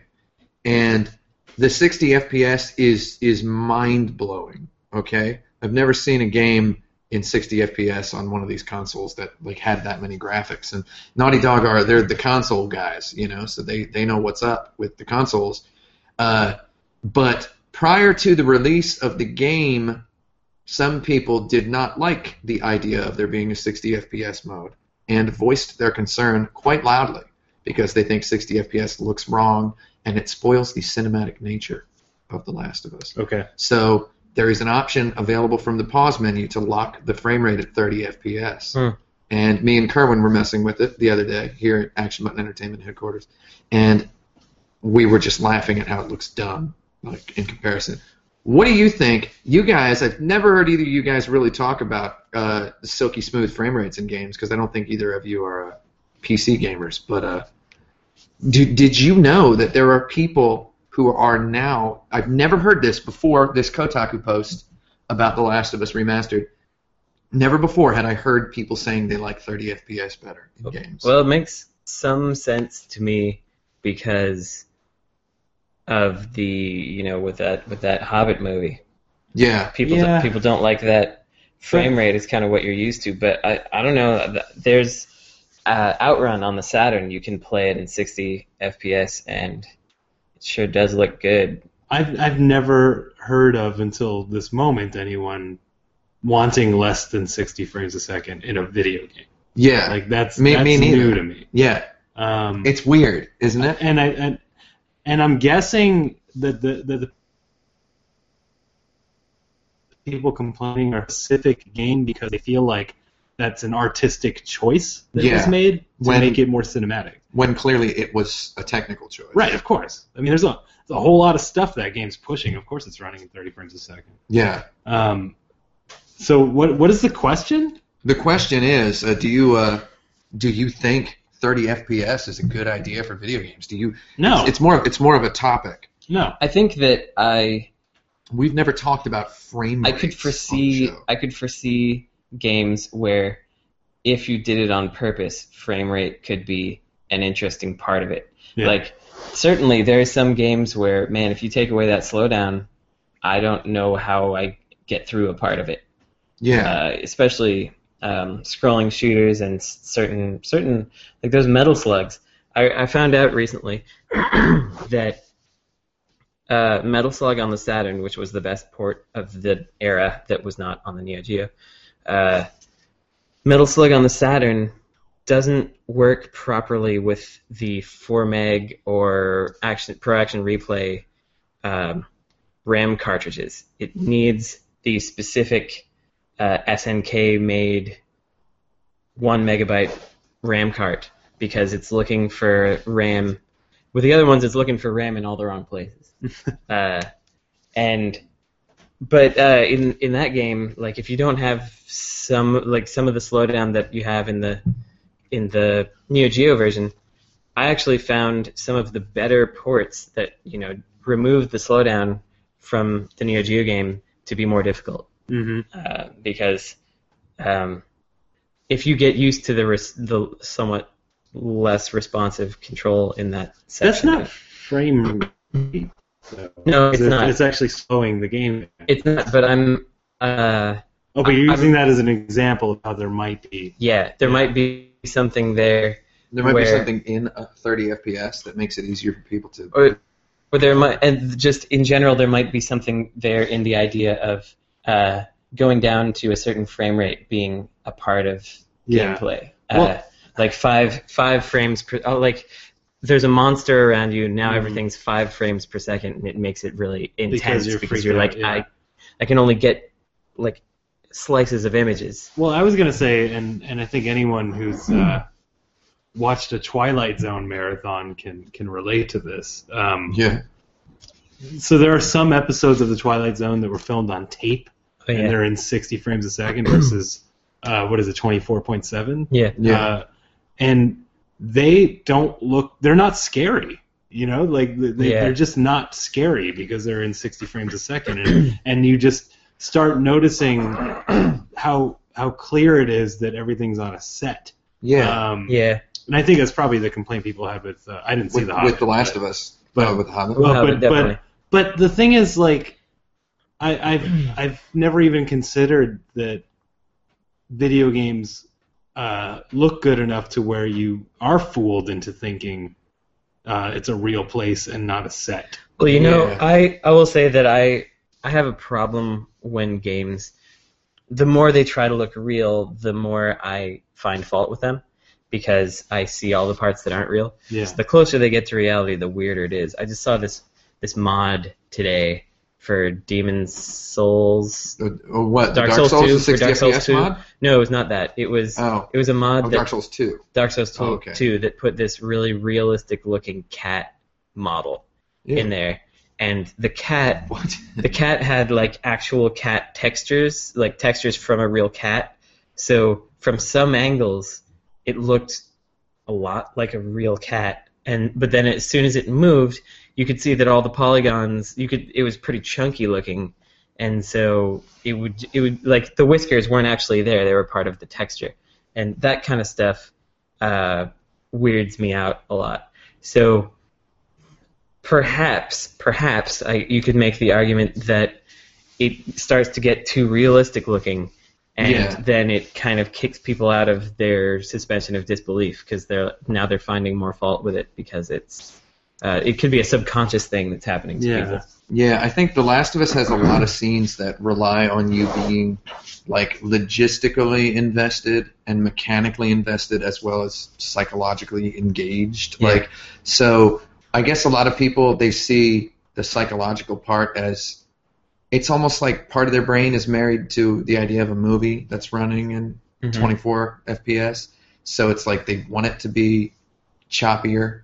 Speaker 4: And the 60 FPS is is mind blowing. Okay, I've never seen a game in 60 FPS on one of these consoles that like had that many graphics. And Naughty Dog are they're the console guys, you know, so they they know what's up with the consoles. Uh, but prior to the release of the game, some people did not like the idea of there being a 60 FPS mode and voiced their concern quite loudly because they think 60 FPS looks wrong and it spoils the cinematic nature of The Last of Us.
Speaker 3: Okay.
Speaker 4: So there is an option available from the pause menu to lock the frame rate at 30 FPS.
Speaker 2: Hmm.
Speaker 4: And me and Kerwin were messing with it the other day here at Action Button Entertainment headquarters, and we were just laughing at how it looks dumb, like in comparison. What do you think? You guys, I've never heard either of you guys really talk about uh, silky smooth frame rates in games because I don't think either of you are uh, PC gamers. But uh, do, did you know that there are people who are now? I've never heard this before. This Kotaku post about The Last of Us remastered. Never before had I heard people saying they like 30 FPS better in games.
Speaker 2: Well, it makes some sense to me because of the you know with that with that Hobbit movie.
Speaker 4: yeah,
Speaker 2: People
Speaker 3: Yeah.
Speaker 2: people don't like that frame rate is kind of what you're used to, but I I don't know. th- There's uh, Outrun on the Saturn. You can play it in 60 FPS, and it sure does look good.
Speaker 3: I've I've never heard of until this moment anyone wanting less than 60 frames a second in a video game.
Speaker 4: yeah,
Speaker 3: Like that's
Speaker 4: Me-
Speaker 3: that's
Speaker 4: me neither.
Speaker 3: new to me.
Speaker 4: yeah.
Speaker 3: Um,
Speaker 4: It's weird, isn't it?
Speaker 3: and I and, and I'm guessing that the, the the people complaining are specific game because they feel like that's an artistic choice that was
Speaker 4: Yeah.
Speaker 3: made to
Speaker 4: When-
Speaker 3: make it more cinematic.
Speaker 4: When clearly it was a technical choice.
Speaker 3: Right, of course. I mean, there's a, there's a whole lot of stuff that game's pushing. Of course, it's running at 30 frames a second.
Speaker 4: Yeah.
Speaker 3: Um, so what what is the question?
Speaker 4: The question is, uh, do you uh, do you think 30 FPS is a good idea for video games? Do you?
Speaker 3: No,
Speaker 4: It's more. It's more of a topic.
Speaker 3: no.
Speaker 2: I think that I
Speaker 4: We've never talked about frame.
Speaker 2: I
Speaker 4: rates
Speaker 2: could
Speaker 4: on
Speaker 2: foresee
Speaker 4: the show.
Speaker 2: I could foresee games where if you did it on purpose, frame rate could be an interesting part of it.
Speaker 3: Yeah.
Speaker 2: Like certainly there are some games where man, if you take away that slowdown, I don't know how I get through a part of it.
Speaker 4: Yeah.
Speaker 2: Uh, especially um, scrolling shooters and s- certain certain like those metal slugs. I, I found out recently that uh, Metal Slug on the Saturn, which was the best port of the era that was not on the Neo Geo, uh, Metal Slug on the Saturn doesn't work properly with the 4 meg or action pro action replay um, RAM cartridges. It needs the specific uh, SNK made one megabyte RAM cart because it's looking for RAM. With the other ones, it's looking for RAM in all the wrong places. uh, and but uh, in in that game, like if you don't have some like some of the slowdown that you have in the in the Neo Geo version, I actually found some of the better ports that you know removed the slowdown from the Neo Geo game to be more difficult
Speaker 3: Mm-hmm.
Speaker 2: uh, because um, if you get used to the res- the somewhat less responsive control in that
Speaker 3: That's
Speaker 2: section,
Speaker 3: not frame rate. though.
Speaker 2: No, it's not.
Speaker 3: It's actually slowing the game.
Speaker 2: It's not. But I'm. Uh,
Speaker 3: oh, but
Speaker 2: I-
Speaker 3: you're
Speaker 2: I'm-
Speaker 3: using that as an example of how there might be.
Speaker 2: yeah, there
Speaker 3: Yeah.
Speaker 2: might be something there,
Speaker 4: There might be
Speaker 2: Where-
Speaker 4: something in a 30 FPS that makes it easier for people to.
Speaker 2: or or there might, and just in general, there might be something there in the idea of uh, going down to a certain frame rate being a part of
Speaker 3: Yeah.
Speaker 2: gameplay. uh,
Speaker 3: Well-
Speaker 2: like five five frames per oh, like there's a monster around you now.
Speaker 3: Mhm.
Speaker 2: Everything's five frames per second, and it makes it really
Speaker 3: Because
Speaker 2: intense
Speaker 3: you're freaked
Speaker 2: like
Speaker 3: out, yeah.
Speaker 2: I I can only get like slices of images.
Speaker 3: Well, I was gonna say, and and I think anyone who's uh, watched a Twilight Zone marathon can can relate to this. Um,
Speaker 2: uh,
Speaker 4: yeah.
Speaker 3: So there are some episodes of the Twilight Zone that were filmed on tape, and
Speaker 2: yeah.
Speaker 3: they're in 60 frames a second versus uh, what is it, 24.7?
Speaker 2: yeah,
Speaker 4: Yeah.
Speaker 3: Uh, and they don't look. They're not scary. You know, like th- they,
Speaker 2: Yeah.
Speaker 3: they're just not scary because they're in 60 frames a second, and, and you just start noticing how how clear it is that everything's on a set.
Speaker 2: uh,
Speaker 4: yeah.
Speaker 3: Um,
Speaker 2: yeah.
Speaker 3: And I think that's probably the complaint people had with uh, I didn't see
Speaker 4: with,
Speaker 3: the
Speaker 4: with
Speaker 3: Hobbit,
Speaker 4: The Last
Speaker 3: but-
Speaker 4: of Us.
Speaker 3: but-
Speaker 4: oh, with The Hobbit.
Speaker 3: Well,
Speaker 2: No,
Speaker 3: but,
Speaker 2: definitely.
Speaker 3: but but the thing is, like, I, I've I've never even considered that video games uh, look good enough to where you are fooled into thinking uh, it's a real place and not a set.
Speaker 2: Well, you know,
Speaker 4: Yeah.
Speaker 2: I I will say that I I have a problem when games the more they try to look real, the more I find fault with them because I see all the parts that aren't real.
Speaker 3: Yeah.
Speaker 2: The closer they get to reality, the weirder it is. I just saw this this mod today for Demon Souls.
Speaker 4: Or- or Uh, what?
Speaker 2: Dark
Speaker 4: Dark,
Speaker 2: Souls
Speaker 4: Souls,
Speaker 2: 2
Speaker 4: is
Speaker 2: for
Speaker 4: 60
Speaker 2: Dark Souls
Speaker 4: FPS
Speaker 2: 2.
Speaker 4: mod?
Speaker 2: No, it was not that. It was
Speaker 4: Oh.
Speaker 2: it was a mod
Speaker 4: oh,
Speaker 2: that
Speaker 4: Dark Souls 2.
Speaker 2: Dark Souls 2,
Speaker 4: Oh, okay.
Speaker 2: 2 that put this really realistic looking cat model
Speaker 4: Yeah.
Speaker 2: in there, and the cat
Speaker 4: What?
Speaker 2: the cat had like actual cat textures, like textures from a real cat. So from some angles, it looked a lot like a real cat. And but then as soon as it moved, you could see that all the polygons, you could it was pretty chunky looking. And so it would it would like the whiskers weren't actually there; they were part of the texture, and that kind of stuff uh, weirds me out a lot. So perhaps, perhaps I, you could make the argument that it starts to get too realistic looking, and
Speaker 4: Yeah.
Speaker 2: then it kind of kicks people out of their suspension of disbelief because they're now they're finding more fault with it because it's uh, it could be a subconscious thing that's happening to
Speaker 3: Yeah.
Speaker 2: people.
Speaker 4: Yeah, I think The Last of Us has a lot of scenes that rely on you being like logistically invested and mechanically invested as well as psychologically engaged.
Speaker 2: Yeah.
Speaker 4: Like so I guess a lot of people they see the psychological part as it's almost like part of their brain is married to the idea of a movie that's running in
Speaker 2: Mhm.
Speaker 3: Mm-hmm.
Speaker 4: 24 FPS. So it's like they want it to be choppier.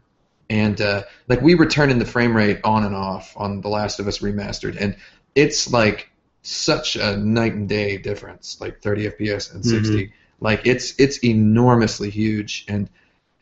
Speaker 4: And uh, like we were turning the frame rate on and off on The Last of Us Remastered, and it's like such a night and day difference, like 30 FPS and 60.
Speaker 3: Mm-hmm.
Speaker 4: Like it's it's enormously huge, and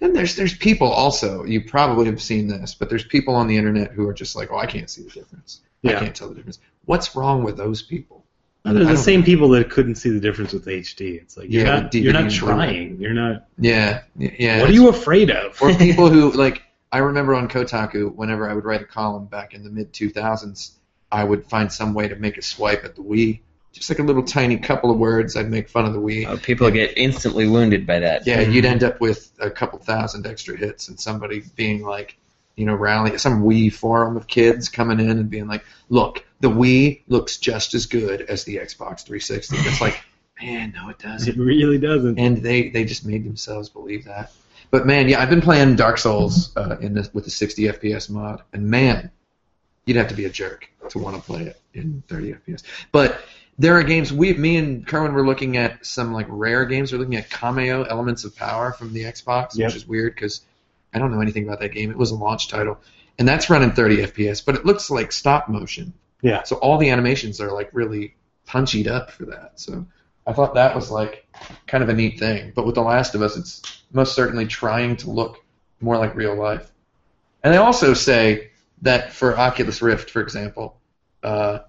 Speaker 4: and there's there's people also. You probably have seen this, but there's people on the internet who are just like, oh, I can't see the difference. I
Speaker 3: Yeah.
Speaker 4: can't tell the difference. What's wrong with those people?
Speaker 3: They're
Speaker 4: I
Speaker 3: the
Speaker 4: don't-
Speaker 3: same people that couldn't see the difference with HD. It's like you're
Speaker 4: Yeah,
Speaker 3: not
Speaker 4: the
Speaker 3: you're not
Speaker 4: DVD.
Speaker 3: trying. You're not.
Speaker 4: Yeah, y- yeah.
Speaker 3: what are you afraid of?
Speaker 4: or people who like I remember on Kotaku whenever I would write a column back in the mid 2000s I would find some way to make a swipe at the Wii just like a little tiny couple of words I'd make fun of the Wii
Speaker 2: Oh, people get instantly wounded by that.
Speaker 4: yeah you'd end up with a couple thousand extra hits and somebody being like you know rally some Wii forum of kids coming in and being like look the Wii looks just as good as the Xbox 360 it's like man no it doesn't
Speaker 3: It really doesn't.
Speaker 4: and they they just made themselves believe that. But man, yeah, I've been playing Dark Souls uh, in this, with the 60 FPS mod, and man, you'd have to be a jerk to want to play it in 30 FPS. But there are games we, me and Kerwin were looking at some like rare games. We're looking at Cameo Elements of Power from the Xbox,
Speaker 3: Yep.
Speaker 4: which is weird because I don't know anything about that game. It was a launch title, and that's running 30 FPS, but it looks like stop motion.
Speaker 3: Yeah.
Speaker 4: So all the animations are like really punchied up for that. So I thought that was like kind of a neat thing. But with The Last of Us, it's most certainly trying to look more like real life. And they also say that for Oculus Rift, for example, uh,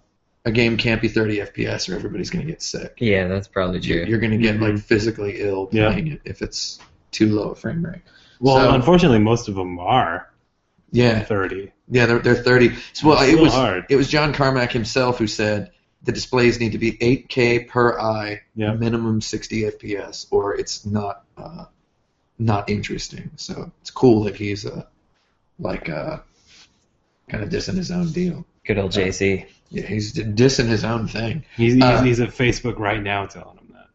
Speaker 4: a game can't be 30 FPS or everybody's going to get sick.
Speaker 2: Yeah, that's probably
Speaker 4: You-
Speaker 2: true.
Speaker 4: You're going to get like
Speaker 3: Mhm.
Speaker 4: physically ill
Speaker 3: Yeah.
Speaker 4: playing it if it's too low a frame rate.
Speaker 3: Well,
Speaker 4: So-
Speaker 3: unfortunately, most of them are
Speaker 4: Yeah,
Speaker 3: thirty.
Speaker 4: yeah, they're, they're 30. So, well,
Speaker 3: It's
Speaker 4: it
Speaker 3: still
Speaker 4: was
Speaker 3: hard.
Speaker 4: it was John Carmack himself who said the displays need to be 8K per eye,
Speaker 3: Yeah.
Speaker 4: minimum 60 FPS, or it's not uh, not interesting. So it's cool that he's uh, like uh, kind of dissing his own deal.
Speaker 2: Good old JC.
Speaker 4: Yeah, he's d- dissing his own thing.
Speaker 3: He's, he's,
Speaker 4: Uh,
Speaker 3: he's at Facebook right now telling him that.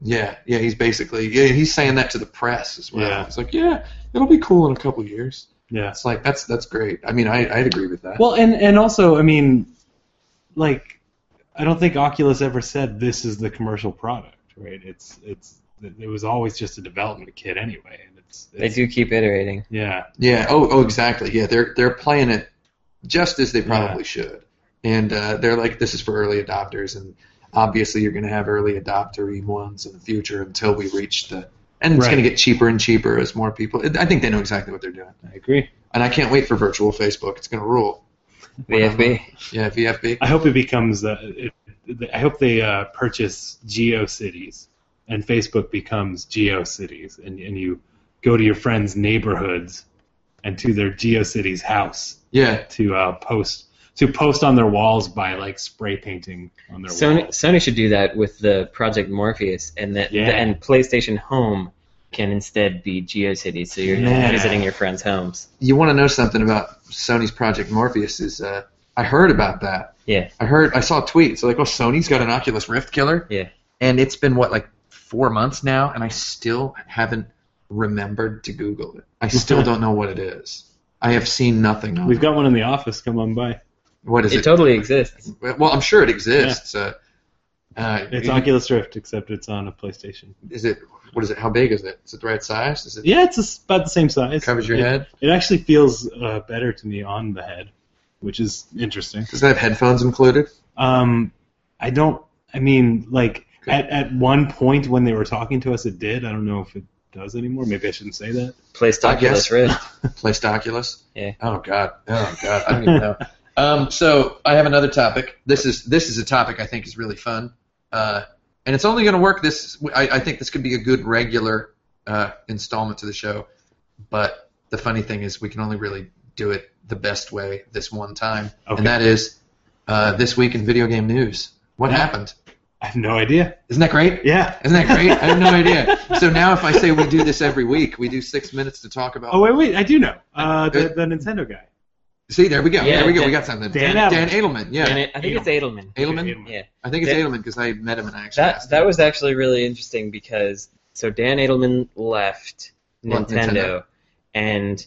Speaker 4: Yeah, yeah, he's basically yeah he's saying that to the press as well.
Speaker 3: Yeah.
Speaker 4: It's like yeah, it'll be cool in a couple years.
Speaker 3: Yeah.
Speaker 4: It's like that's that's great. I mean, I I'd agree with that.
Speaker 3: Well, and and also, I mean, like, I don't think Oculus ever said this is the commercial product, right? It's it's it was always just a development kit anyway, and it's,
Speaker 2: They
Speaker 3: it's
Speaker 2: do keep iterating.
Speaker 3: yeah,
Speaker 4: Yeah. Oh. Oh. Exactly. Yeah. They're they're playing it just as they probably should, and uh, they're like, this is for early adopters, and obviously you're going to have early adopter ones in the future until we reach the, and it's
Speaker 3: Right.
Speaker 4: going to get cheaper and cheaper as more people. I think they know exactly what they're doing,
Speaker 3: I agree.
Speaker 4: and I can't wait for virtual Facebook. It's going to rule.
Speaker 2: VFB.
Speaker 4: Yeah. VFB.
Speaker 3: I hope it becomes. Uh, it, it- I hope they uh, purchase GeoCities, and Facebook becomes GeoCities, and and you go to your friends' neighborhoods and to their GeoCities house
Speaker 4: Yeah.
Speaker 3: to uh, post to post on their walls by like spray painting on their
Speaker 2: Sony,
Speaker 3: walls.
Speaker 2: Sony should do that with the Project Morpheus, and that
Speaker 3: Yeah.
Speaker 2: and PlayStation Home can instead be GeoCities, so you're
Speaker 3: Yeah.
Speaker 2: visiting your friends' homes.
Speaker 4: You want to know something about Sony's Project Morpheus? Is uh, I heard about that.
Speaker 2: Yeah.
Speaker 4: I heard. I saw a tweet. It's like, oh, Sony's got an Oculus Rift killer.
Speaker 2: Yeah.
Speaker 4: and it's been what like four months now, and I still haven't remembered to Google it. I still don't know what it is. I have seen nothing on
Speaker 3: We've
Speaker 4: it.
Speaker 3: got one in the office. Come on by.
Speaker 4: What is
Speaker 2: It
Speaker 4: it?
Speaker 2: totally exists.
Speaker 4: well, I'm sure it exists. Uh, uh,
Speaker 3: It's
Speaker 4: you-
Speaker 3: Oculus Rift, except it's on a PlayStation.
Speaker 4: Is it? What is it? How big is it? Is it the right size? Is it
Speaker 3: Yeah, it's just about the same size.
Speaker 4: covers your
Speaker 3: it,
Speaker 4: head?
Speaker 3: It actually feels uh, better to me on the head, which is interesting.
Speaker 4: Does it have headphones included?
Speaker 3: Um, I don't. I mean, like at at one point when they were talking to us, it did. I don't know if it does anymore. Maybe I shouldn't say that.
Speaker 2: Placed
Speaker 4: I
Speaker 2: Oculus
Speaker 4: guess.
Speaker 2: Rift.
Speaker 4: Placed Oculus?
Speaker 2: Yeah.
Speaker 4: Oh God. Oh God. I don't even know. Um, so I have another topic. This is this is a topic I think is really fun, uh, and it's only going to work. This I, I think this could be a good regular uh, installment to the show, but the funny thing is we can only really do it the best way this one time,
Speaker 3: Okay.
Speaker 4: and that is uh, this week in video game news. What happened?
Speaker 3: I have no idea.
Speaker 4: Isn't that great?
Speaker 3: Yeah.
Speaker 4: Isn't that great? I have no idea. So now if I say we do this every week, we do six minutes to talk about
Speaker 3: Oh wait, wait. I do know. Uh, the, the Nintendo guy.
Speaker 4: See, there we go.
Speaker 2: Yeah,
Speaker 4: there we go.
Speaker 2: Dan-
Speaker 4: we got something.
Speaker 3: Dan
Speaker 4: Dan Edelman. Yeah,
Speaker 2: And it, I think it's Edelman.
Speaker 4: Edelman.
Speaker 2: Yeah.
Speaker 4: I think it's
Speaker 2: Dan-
Speaker 4: Edelman because I met him and I actually
Speaker 2: That
Speaker 4: asked
Speaker 2: that
Speaker 4: him.
Speaker 2: was actually really interesting because so Dan Edelman left
Speaker 4: Left
Speaker 2: Nintendo,
Speaker 4: Nintendo.
Speaker 2: and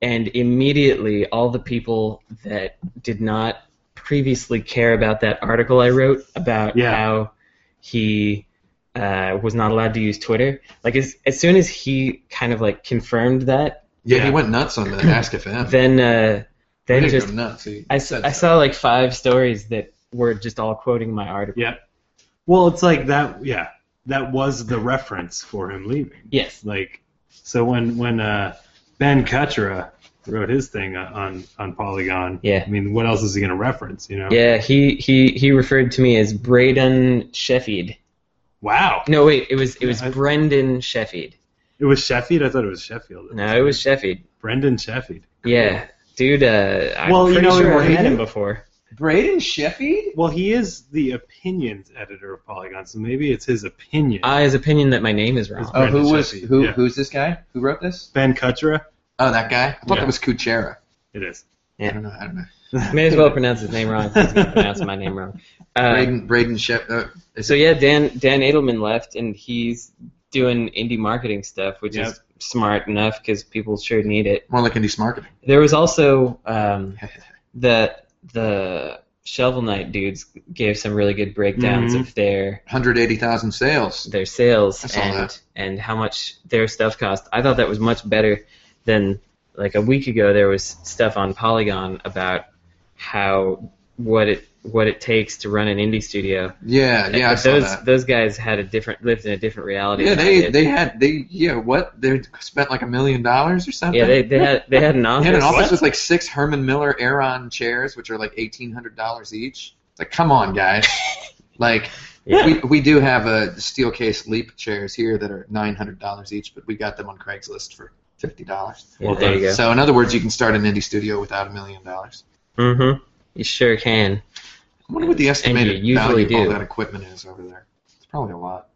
Speaker 2: and immediately all the people that did not previously care about that article I wrote about
Speaker 3: Yeah.
Speaker 2: how he uh, was not allowed to use Twitter. Like as as soon as he kind of like confirmed that,
Speaker 4: yeah, he
Speaker 3: Yeah.
Speaker 4: went nuts on that Ask FM.
Speaker 2: then uh,
Speaker 4: He
Speaker 2: then
Speaker 4: did
Speaker 2: just
Speaker 4: go nuts. He
Speaker 2: I, s-
Speaker 4: said
Speaker 2: I
Speaker 4: so.
Speaker 2: saw like five stories that were just all quoting my article.
Speaker 3: Yeah. Well, it's like that. Yeah, that was the reference for him leaving.
Speaker 2: Yes.
Speaker 3: Like, so when when uh, Ben Kuchera wrote his thing on on Polygon,
Speaker 2: Yeah.
Speaker 3: I mean, what else is he gonna reference? You know?
Speaker 2: Yeah, he, he, he referred to me as Braden Sheffield.
Speaker 3: Wow.
Speaker 2: No, wait, it was it was
Speaker 3: Yeah, I-
Speaker 2: Brendan Sheffield.
Speaker 3: It was Sheffield. I thought it was Sheffield.
Speaker 2: No, it was Sheffield.
Speaker 3: Brendan Sheffield.
Speaker 2: Yeah, dude. Uh, I'm
Speaker 3: Well, you
Speaker 2: pretty
Speaker 3: know,
Speaker 2: sure I
Speaker 3: he
Speaker 2: met
Speaker 3: did-
Speaker 2: him before.
Speaker 4: Braden Sheffield.
Speaker 3: Well, he is the opinions editor of Polygon, so maybe it's his opinion.
Speaker 2: Ah, his opinion that my name is wrong.
Speaker 3: It's-
Speaker 4: Oh, who
Speaker 3: Braden
Speaker 4: was
Speaker 3: Sheffield,
Speaker 4: who?
Speaker 3: yeah.
Speaker 4: Who's this guy? Who wrote this?
Speaker 3: ben Kuchera.
Speaker 4: Oh, that guy. I thought
Speaker 3: Yeah.
Speaker 4: that was Kuchera.
Speaker 3: It is.
Speaker 4: I don't know. I don't know.
Speaker 2: May as well pronounce his name wrong. if He's gonna pronounce my name wrong. Uh,
Speaker 4: Braden Braden Sheffield. Uh, is
Speaker 2: so
Speaker 4: it-
Speaker 2: yeah, Dan Dan Edelman left, and he's doing indie marketing stuff, which
Speaker 3: Yep.
Speaker 2: is smart enough because people sure need it.
Speaker 4: more like indie marketing.
Speaker 2: There was also um, the the Shovel Knight dudes gave some really good breakdowns
Speaker 3: Mhm.
Speaker 2: of their
Speaker 4: Hundred eighty thousand sales.
Speaker 2: their sales
Speaker 4: Mm-hmm. I saw
Speaker 2: and
Speaker 4: that.
Speaker 2: and how much their stuff cost. I thought that was much better than like a week ago there was stuff on Polygon about how what it what it takes to run an indie studio.
Speaker 4: Yeah, yeah, I
Speaker 2: But
Speaker 4: saw
Speaker 2: those
Speaker 4: that.
Speaker 2: those guys had a different lived in a different reality.
Speaker 4: Yeah,
Speaker 2: than I
Speaker 4: they
Speaker 2: did.
Speaker 4: they had they yeah what they spent like a million dollars or something.
Speaker 2: yeah they, they had they had an
Speaker 4: They
Speaker 2: office.
Speaker 4: had an office
Speaker 3: What?
Speaker 4: with like six Herman Miller Aeron chairs, which are like eighteen hundred dollars each. It's like, come on, guys. like,
Speaker 2: Yeah.
Speaker 4: we we do have a steel case leap chairs here that are nine hundred dollars each, but we got them on Craigslist for fifty dollars.
Speaker 2: Yeah, there you go.
Speaker 4: So in other words, you can start an indie studio without a million dollars.
Speaker 2: mm-hmm. You sure can.
Speaker 4: I wonder what the estimated
Speaker 2: usually
Speaker 4: value of all
Speaker 2: do.
Speaker 4: that equipment is over there. It's probably a lot.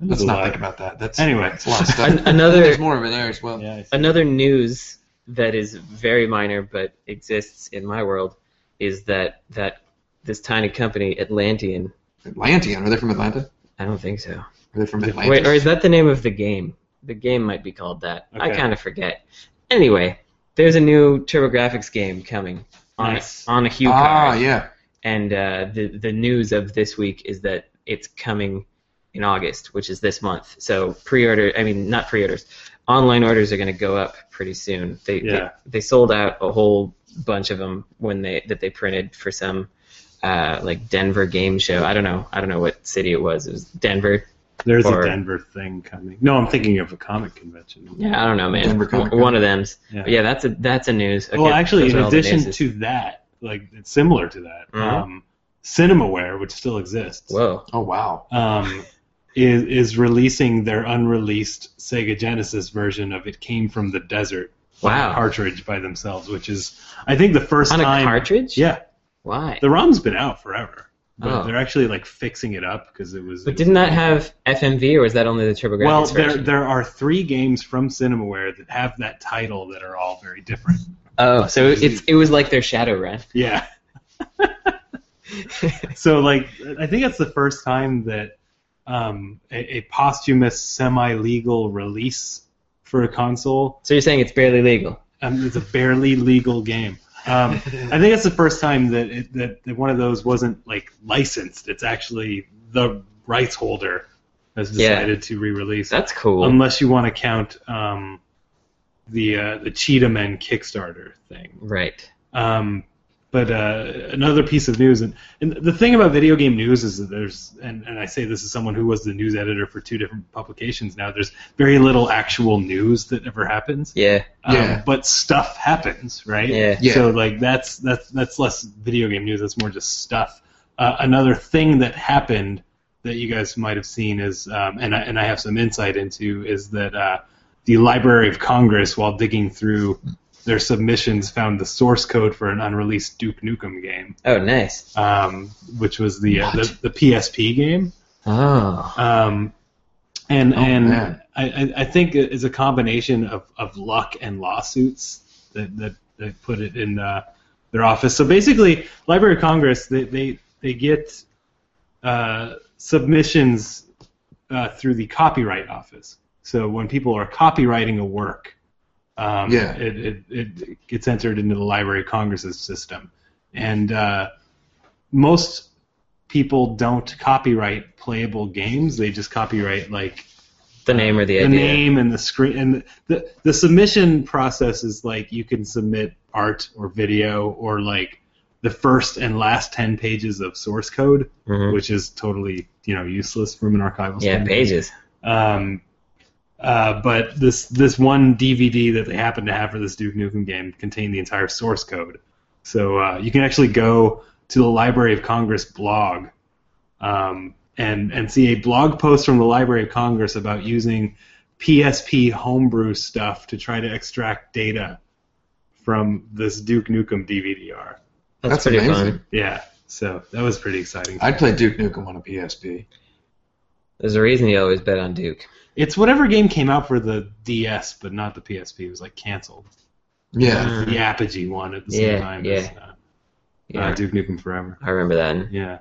Speaker 3: That
Speaker 4: Let's
Speaker 3: is a
Speaker 4: not
Speaker 3: lot.
Speaker 4: think about that. That's
Speaker 3: Anyway.
Speaker 4: that's a lot of stuff.
Speaker 2: An- another-
Speaker 4: There's more over there as well.
Speaker 3: Yeah, I see.
Speaker 2: Another news that is very minor but exists in my world is that that this tiny company Atlantean.
Speaker 4: Atlantean. Are they from Atlanta? Are
Speaker 2: I don't think so.
Speaker 4: they from Atlanta?
Speaker 2: Wait, or is that the name of the game? The game might be called that. I
Speaker 3: Okay.
Speaker 2: kind of forget. Anyway, there's a new TurboGrafx game coming on
Speaker 3: Nice.
Speaker 2: a, on a Hue
Speaker 4: ah,
Speaker 2: card,
Speaker 4: yeah.
Speaker 2: and uh, the the news of this week is that it's coming in August, which is this month. So pre-order, I mean not pre-orders, online orders are going to go up pretty soon. They,
Speaker 3: Yeah.
Speaker 2: they they sold out a whole bunch of them when they that they printed for some uh, like Denver game show. I don't know, I don't know what city it was. It was Denver.
Speaker 3: There's
Speaker 2: or-
Speaker 3: a Denver thing coming. No, I'm thinking of a comic convention.
Speaker 2: Yeah, I don't know, man.
Speaker 4: Denver Comic Con.
Speaker 2: One of them's.
Speaker 3: Yeah.
Speaker 2: But yeah, that's a that's a news. Okay,
Speaker 3: well, actually,
Speaker 2: those
Speaker 3: in
Speaker 2: are all the
Speaker 3: addition
Speaker 2: newses.
Speaker 3: to that, like it's similar to that,
Speaker 2: Mhm.
Speaker 3: um, CinemaWare, which still exists,
Speaker 2: whoa,
Speaker 4: Oh wow.
Speaker 3: um, is is releasing their unreleased Sega Genesis version of "It Came from the Desert" on a
Speaker 2: Wow.
Speaker 3: cartridge by themselves, which is, I think, the first
Speaker 2: on a
Speaker 3: time.
Speaker 2: cartridge?
Speaker 3: Yeah,
Speaker 2: Why?
Speaker 3: the ROM's been out forever, but
Speaker 2: Oh.
Speaker 3: they're actually like fixing it up because it was. it
Speaker 2: But
Speaker 3: was-
Speaker 2: didn't that have FMV, or was that only the TurboGrafx
Speaker 3: well, there
Speaker 2: version?
Speaker 3: there are three games from CinemaWare that have that title that are all very different.
Speaker 2: oh, so it's it was like their Shadowrun.
Speaker 3: Yeah. so like I think that's the first time that um, a, a posthumous semi-legal release for a console.
Speaker 2: So you're saying it's barely legal?
Speaker 3: Um, it's a barely legal game. Um, I think that's the first time that, it, that that one of those wasn't like licensed. It's actually the rights holder has
Speaker 2: Yeah.
Speaker 3: decided to re-release,
Speaker 2: That's cool.
Speaker 4: Um,
Speaker 3: unless you want to count um, the uh, the Cheetah Men Kickstarter thing.
Speaker 2: right.
Speaker 3: Um, but uh, another piece of news, and, and the thing about video game news is that there's, and, and I say this as someone who was the news editor for two different publications now, there's very little actual news that ever happens.
Speaker 2: Yeah.
Speaker 4: Yeah.
Speaker 3: Um, but stuff happens, right?
Speaker 2: Yeah.
Speaker 4: Yeah.
Speaker 3: So like that's that's that's less video game news. That's more just stuff. Uh, another thing that happened that you guys might have seen is, um, and I, and I have some insight into is that uh, the Library of Congress, while digging through their submissions, found the source code for an unreleased Duke Nukem game,
Speaker 2: Oh, nice.
Speaker 3: um, which was the, uh, the the PSP game.
Speaker 2: Oh.
Speaker 3: Um, and
Speaker 4: Oh,
Speaker 3: and
Speaker 4: man.
Speaker 3: I, I- I think it's a combination of, of luck and lawsuits that, that, that put it in uh, their office. So basically, Library of Congress, they, they, they get uh, submissions uh, through the copyright office. So when people are copywriting a work, um,
Speaker 4: Yeah.
Speaker 3: it, it, it gets entered into the Library of Congress's system. And uh, most people don't copyright playable games. They just copyright like
Speaker 2: The name or the,
Speaker 3: the
Speaker 2: idea?
Speaker 3: name and the screen. And the the submission process is like you can submit art or video or like the first and last ten pages of source code,
Speaker 2: Mhm.
Speaker 3: which is totally you know useless from an archival
Speaker 2: Yeah,
Speaker 3: standpoint.
Speaker 2: pages.
Speaker 3: Um, uh, but this this one DVD that they happen to have for this Duke Nukem game contained the entire source code. So uh, you can actually go to the Library of Congress blog um, and and see a blog post from the Library of Congress about using PSP homebrew stuff to try to extract data from this Duke Nukem DVD-R.
Speaker 2: That's,
Speaker 4: That's
Speaker 2: pretty
Speaker 4: amazing.
Speaker 2: fun.
Speaker 3: Yeah, so that was pretty exciting.
Speaker 4: I'd play Duke Nukem on a PSP.
Speaker 2: There's a reason you always bet on Duke.
Speaker 3: It's whatever game came out for the DS, but not the PSP. It was like canceled.
Speaker 2: Mm.
Speaker 4: Yeah.
Speaker 3: the Apogee one at the same
Speaker 2: Yeah,
Speaker 3: time
Speaker 2: yeah.
Speaker 3: as uh,
Speaker 2: Yeah.
Speaker 3: uh, Duke Nukem Forever.
Speaker 2: I remember that.
Speaker 3: Yeah.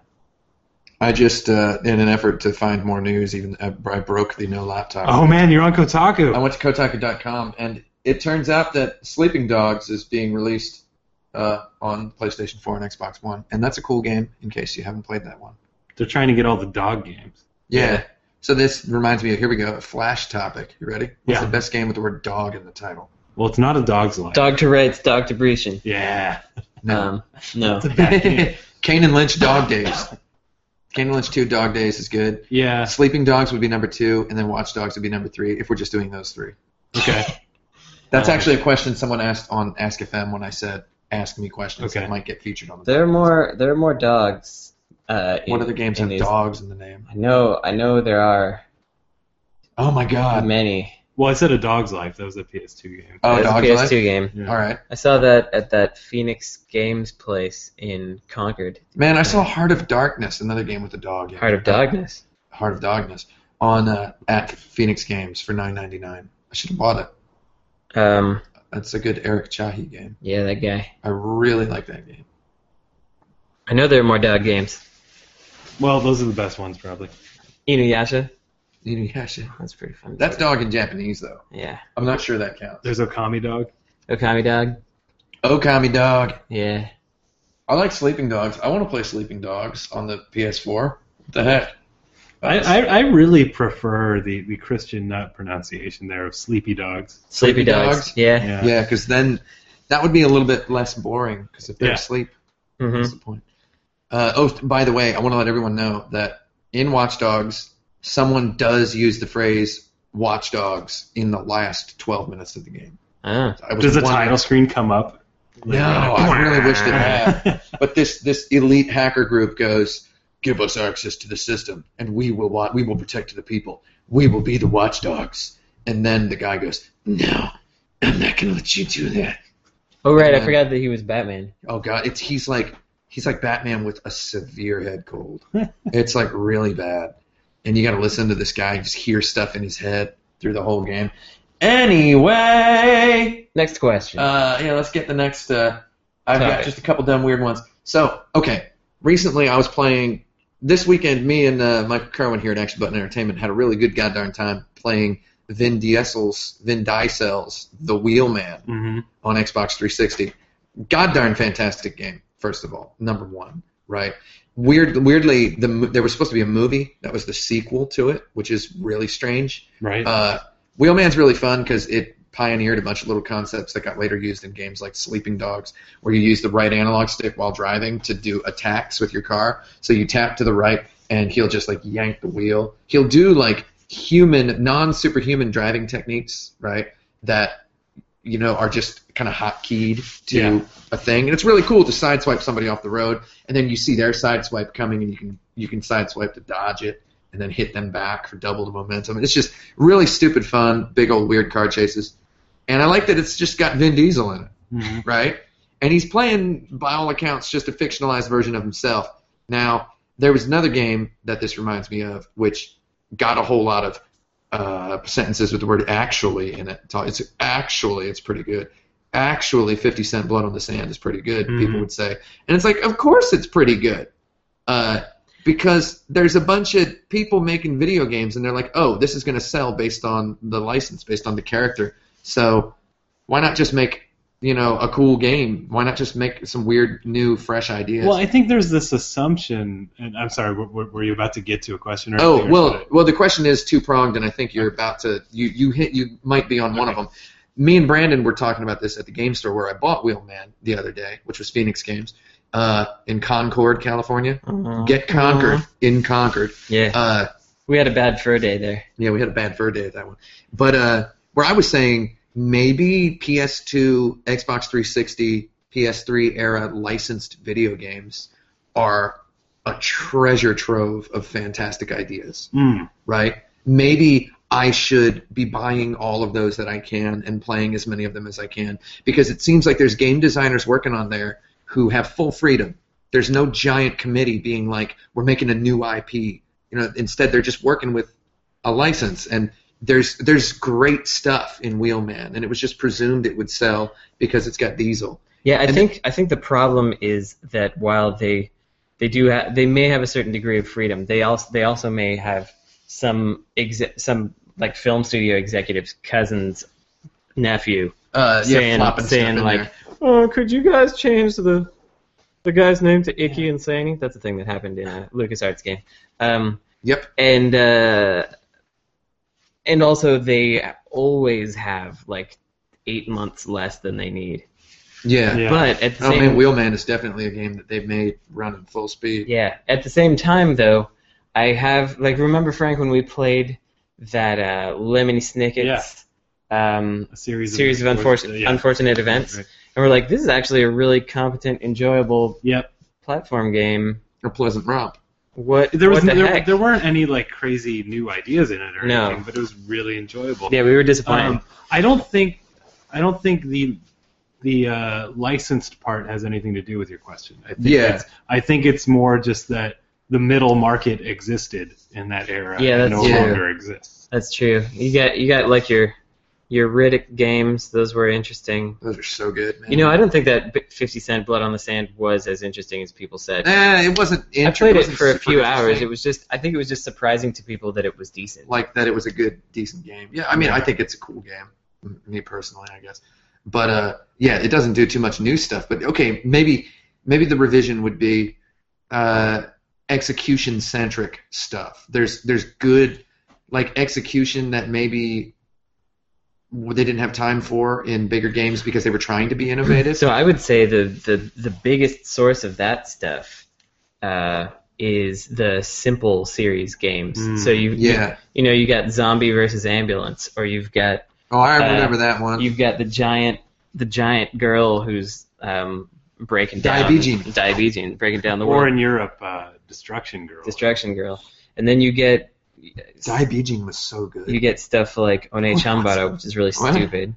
Speaker 4: I just, uh, in an effort to find more news, even I I broke the no laptop.
Speaker 3: Oh man, you're on
Speaker 4: I
Speaker 3: Kotaku.
Speaker 4: went to Kotaku.com, and it turns out that Sleeping Dogs is being released uh, on PlayStation 4 and Xbox One, and that's a cool game. In case you haven't played that one,
Speaker 3: They're trying to get all the dog games.
Speaker 4: yeah.
Speaker 2: Yeah.
Speaker 4: So this reminds me of here we go, a flash topic. You ready? What's
Speaker 3: Yeah.
Speaker 4: the best game with the word dog in the title?
Speaker 3: Well, it's not a dog's life.
Speaker 2: Dog Tourette's Dog Debretion.
Speaker 3: Yeah.
Speaker 4: No.
Speaker 2: Um, no.
Speaker 3: It's a bad game.
Speaker 4: Kane and Lynch Dog Days. Kane and Lynch Two Dog Days is good.
Speaker 3: Yeah.
Speaker 4: Sleeping Dogs would be number two, and then Watch Dogs would be number three if we're just doing those three.
Speaker 3: Okay.
Speaker 4: That's
Speaker 3: Oh.
Speaker 2: Uh,
Speaker 4: actually a question someone asked on Ask FM when I said ask me questions
Speaker 3: Okay.
Speaker 4: that might get featured on the.
Speaker 2: There are more. There are more dogs. Uh, in,
Speaker 4: What other games
Speaker 2: in
Speaker 4: have
Speaker 2: these-
Speaker 4: dogs in the name?
Speaker 2: I know. I know there are
Speaker 4: Oh my god!
Speaker 2: many.
Speaker 3: Well, I said A Dog's Life. That was a PS2 game.
Speaker 4: Oh,
Speaker 2: There's a
Speaker 4: dogs.
Speaker 2: PS2 game.
Speaker 3: Yeah.
Speaker 4: All right,
Speaker 2: I saw that at that Phoenix Games place in Concord.
Speaker 4: man. I saw Heart of Darkness, another game with a dog. in it.
Speaker 2: Heart of Dogness.
Speaker 4: Heart of Darkness on uh, at Phoenix Games for nine ninety nine. I should have bought it.
Speaker 2: Um,
Speaker 4: That's a good Eric Chahi game.
Speaker 2: yeah, that guy.
Speaker 4: I really like that game.
Speaker 2: I know there are more dog games.
Speaker 3: Well, those are the best ones, probably.
Speaker 2: Inuyasha.
Speaker 4: Inuyasha.
Speaker 2: That's pretty fun.
Speaker 4: That's dog in Japanese though.
Speaker 2: yeah.
Speaker 4: I'm not sure that counts.
Speaker 3: There's Okami Dog.
Speaker 2: Okami Dog.
Speaker 4: Okami Dog.
Speaker 2: Yeah.
Speaker 4: I like Sleeping Dogs. I want to play Sleeping Dogs on the PS4. What the heck? Oh,
Speaker 3: I, I, I really prefer the, the Christian nut pronunciation there of Sleepy Dogs.
Speaker 2: Sleepy,
Speaker 4: Sleepy
Speaker 2: dogs.
Speaker 4: Dogs?
Speaker 2: Yeah.
Speaker 3: Yeah.
Speaker 4: yeah, because then that would be a little bit less boring. Because if they're
Speaker 3: Yeah. Mm-hmm.
Speaker 4: asleep,
Speaker 2: hmm
Speaker 4: That's the point. Uh, oh, by the way, I want to let everyone know that in Watch Dogs, someone does use the phrase "Watch Dogs" in the last 12 minutes of the game.
Speaker 2: Oh.
Speaker 4: I was
Speaker 3: Does the
Speaker 4: wondering-
Speaker 3: title screen come up?
Speaker 4: No, I really wished it had. But this this elite hacker group goes, "Give us access to the system, and we will wa- we will protect the people. We will be the watchdogs." And then the guy goes, "No, I'm not going to let you do that."
Speaker 2: Oh right, I
Speaker 4: Yeah.
Speaker 2: forgot that he was Batman.
Speaker 4: Oh god, it's he's like he's like Batman with a severe head cold. it's like really bad. And you gotta listen to this guy just hear stuff in his head through the whole game. Anyway,
Speaker 2: Next question.
Speaker 4: uh, yeah, let's get the next. Uh, I've got
Speaker 2: Topic.
Speaker 4: just a couple dumb weird ones. So okay, recently I was playing. This weekend, me and uh, Michael Kerwin here at Action Button Entertainment had a really good goddamn time playing Vin Diesel's Vin Diesel's The Wheelman
Speaker 3: hmm
Speaker 4: on Xbox 360. God darn fantastic game, first of all, number one, right? Weird, weirdly, the, mo- there was supposed to be a movie that was the sequel to it, which is really strange.
Speaker 3: Right?
Speaker 4: Uh, Wheelman's really fun because it pioneered a bunch of little concepts that got later used in games like Sleeping Dogs, where you use the right analog stick while driving to do attacks with your car. So you tap to the right, and he'll just like yank the wheel. He'll do like human, non-superhuman driving techniques, right? That you know are just kind of hotkeyed to
Speaker 3: Yeah.
Speaker 4: a thing, and it's really cool to sideswipe somebody off the road, and then you see their sideswipe coming, and you can you can sideswipe to dodge it. And then hit them back for double the momentum. It's just really stupid fun, big old weird car chases. And I like that it's just got Vin Diesel in it
Speaker 3: Mhm.
Speaker 4: right? And he's playing, by all accounts, just a fictionalized version of himself. Now, there was another game that this reminds me of, which got a whole lot of uh, sentences with the word "actually" in it. So It's actually, it's pretty good. Actually, Fifty Cent "Blood on the Sand" is pretty good. People
Speaker 3: Mhm.
Speaker 4: would say, and it's like, of course, it's pretty good. Uh, because there's a bunch of people making video games, and they're like, "Oh, this is going to sell based on the license, based on the character." So, why not just make you know a cool game? Why not just make some weird, new, fresh ideas?
Speaker 3: Well, I think there's this assumption, and I'm sorry, were, were were you about to get to a question? Or
Speaker 4: Oh
Speaker 3: anything, or
Speaker 4: well,
Speaker 3: should
Speaker 4: well the question is two pronged, and I think you're about to you you hit you might be on one of them. Me and Brandon were talking about this at the game store where I bought Wheelman the other day, which was Phoenix Games, uh, in Concord, California.
Speaker 3: Uh-huh.
Speaker 2: Mhm.
Speaker 4: Get Concord in Concord.
Speaker 2: yeah,
Speaker 4: Uh,
Speaker 2: we had a bad fur day there.
Speaker 4: yeah, we had a bad fur day at that one. But uh, where I was saying maybe PS2, Xbox 360, PS3 era licensed video games are a treasure trove of fantastic ideas
Speaker 3: I- Mm.
Speaker 4: right? Maybe I should be buying all of those that I can and playing as many of them as I can because it seems like there's game designers working on there who have full freedom. There's no giant committee being like, we're making a new IP. You know, instead they're just working with a license and there's there's great stuff in Wheelman and it was just presumed it would sell because it's got Diesel.
Speaker 2: Yeah, I
Speaker 4: And
Speaker 2: think I think the problem is that while they they do ha- they may have a certain degree of freedom, they also they also may have some exe- some like film studio executives cousins nephew
Speaker 4: Uh,
Speaker 2: saying
Speaker 4: flopping stuff
Speaker 2: saying
Speaker 4: in
Speaker 2: like,
Speaker 4: there.
Speaker 2: oh, could you guys change the the guy's name to Icky Insaney? That's a thing that happened in a LucasArts game. Um,
Speaker 4: yep,
Speaker 2: and uh, and also they always have like eight months less than they need
Speaker 4: Yeah.
Speaker 3: Yeah.
Speaker 2: But at the
Speaker 4: Oh
Speaker 2: same
Speaker 4: man, Wheelman is definitely a game that they've made run at full speed.
Speaker 2: Yeah. At the same time, though, I have like remember Frank when we played that uh, Lemony Snicket's um,
Speaker 3: a series
Speaker 2: series of unfortunate
Speaker 3: yeah.
Speaker 2: unfortunate events,
Speaker 3: Right.
Speaker 2: and we're like, this is actually a really competent, enjoyable
Speaker 3: Yep.
Speaker 2: platform game.
Speaker 4: A pleasant romp.
Speaker 2: What
Speaker 3: There was
Speaker 2: what the
Speaker 3: there,
Speaker 2: heck?
Speaker 3: there weren't any like crazy new ideas in it or
Speaker 2: No.
Speaker 3: anything, but it was really enjoyable.
Speaker 2: yeah, we were disappointed.
Speaker 3: Um, I don't think I don't think the the uh, licensed part has anything to do with your question. I think
Speaker 4: Yeah.
Speaker 3: it's, I think it's more just that the middle market existed in that era.
Speaker 2: Yeah,
Speaker 3: and
Speaker 2: that's
Speaker 3: no
Speaker 4: true.
Speaker 3: longer exists.
Speaker 2: That's true. You got you got like your your Riddick games; those were interesting.
Speaker 4: Those are so good, man.
Speaker 2: You know, I don't think that b- Fifty Cent Blood on the Sand was as interesting as people said.
Speaker 4: Eh, it wasn't.
Speaker 2: I
Speaker 4: int-
Speaker 2: played it
Speaker 4: wasn't
Speaker 2: for a
Speaker 4: super
Speaker 2: few hours.
Speaker 4: interesting.
Speaker 2: It was just I think it was just surprising to people that it was decent.
Speaker 4: like that it was a good, decent game. Yeah, I mean, I think it's a cool game. m- Me personally, I guess. But uh, yeah, it doesn't do too much new stuff. But okay, maybe maybe the revision would be uh, execution centric stuff. There's there's good like execution that maybe they didn't have time for in bigger games because they were trying to be innovative.
Speaker 2: So I would say the the, the biggest source of that stuff uh, is the simple series games.
Speaker 3: Mm,
Speaker 2: so you you,
Speaker 4: yeah.
Speaker 2: you know you got zombie versus ambulance, or you've got
Speaker 4: Oh, I
Speaker 2: Uh,
Speaker 4: remember that one.
Speaker 2: you've got the giant the giant girl who's um, breaking down
Speaker 4: Diabegene.
Speaker 2: diabegene, breaking down the
Speaker 3: Or
Speaker 2: world
Speaker 3: in Europe, uh, Destruction Girl.
Speaker 2: distraction girl, and then you get
Speaker 4: Diabeging was so good.
Speaker 2: you get stuff like One Chambara, which is really
Speaker 4: What?
Speaker 2: stupid,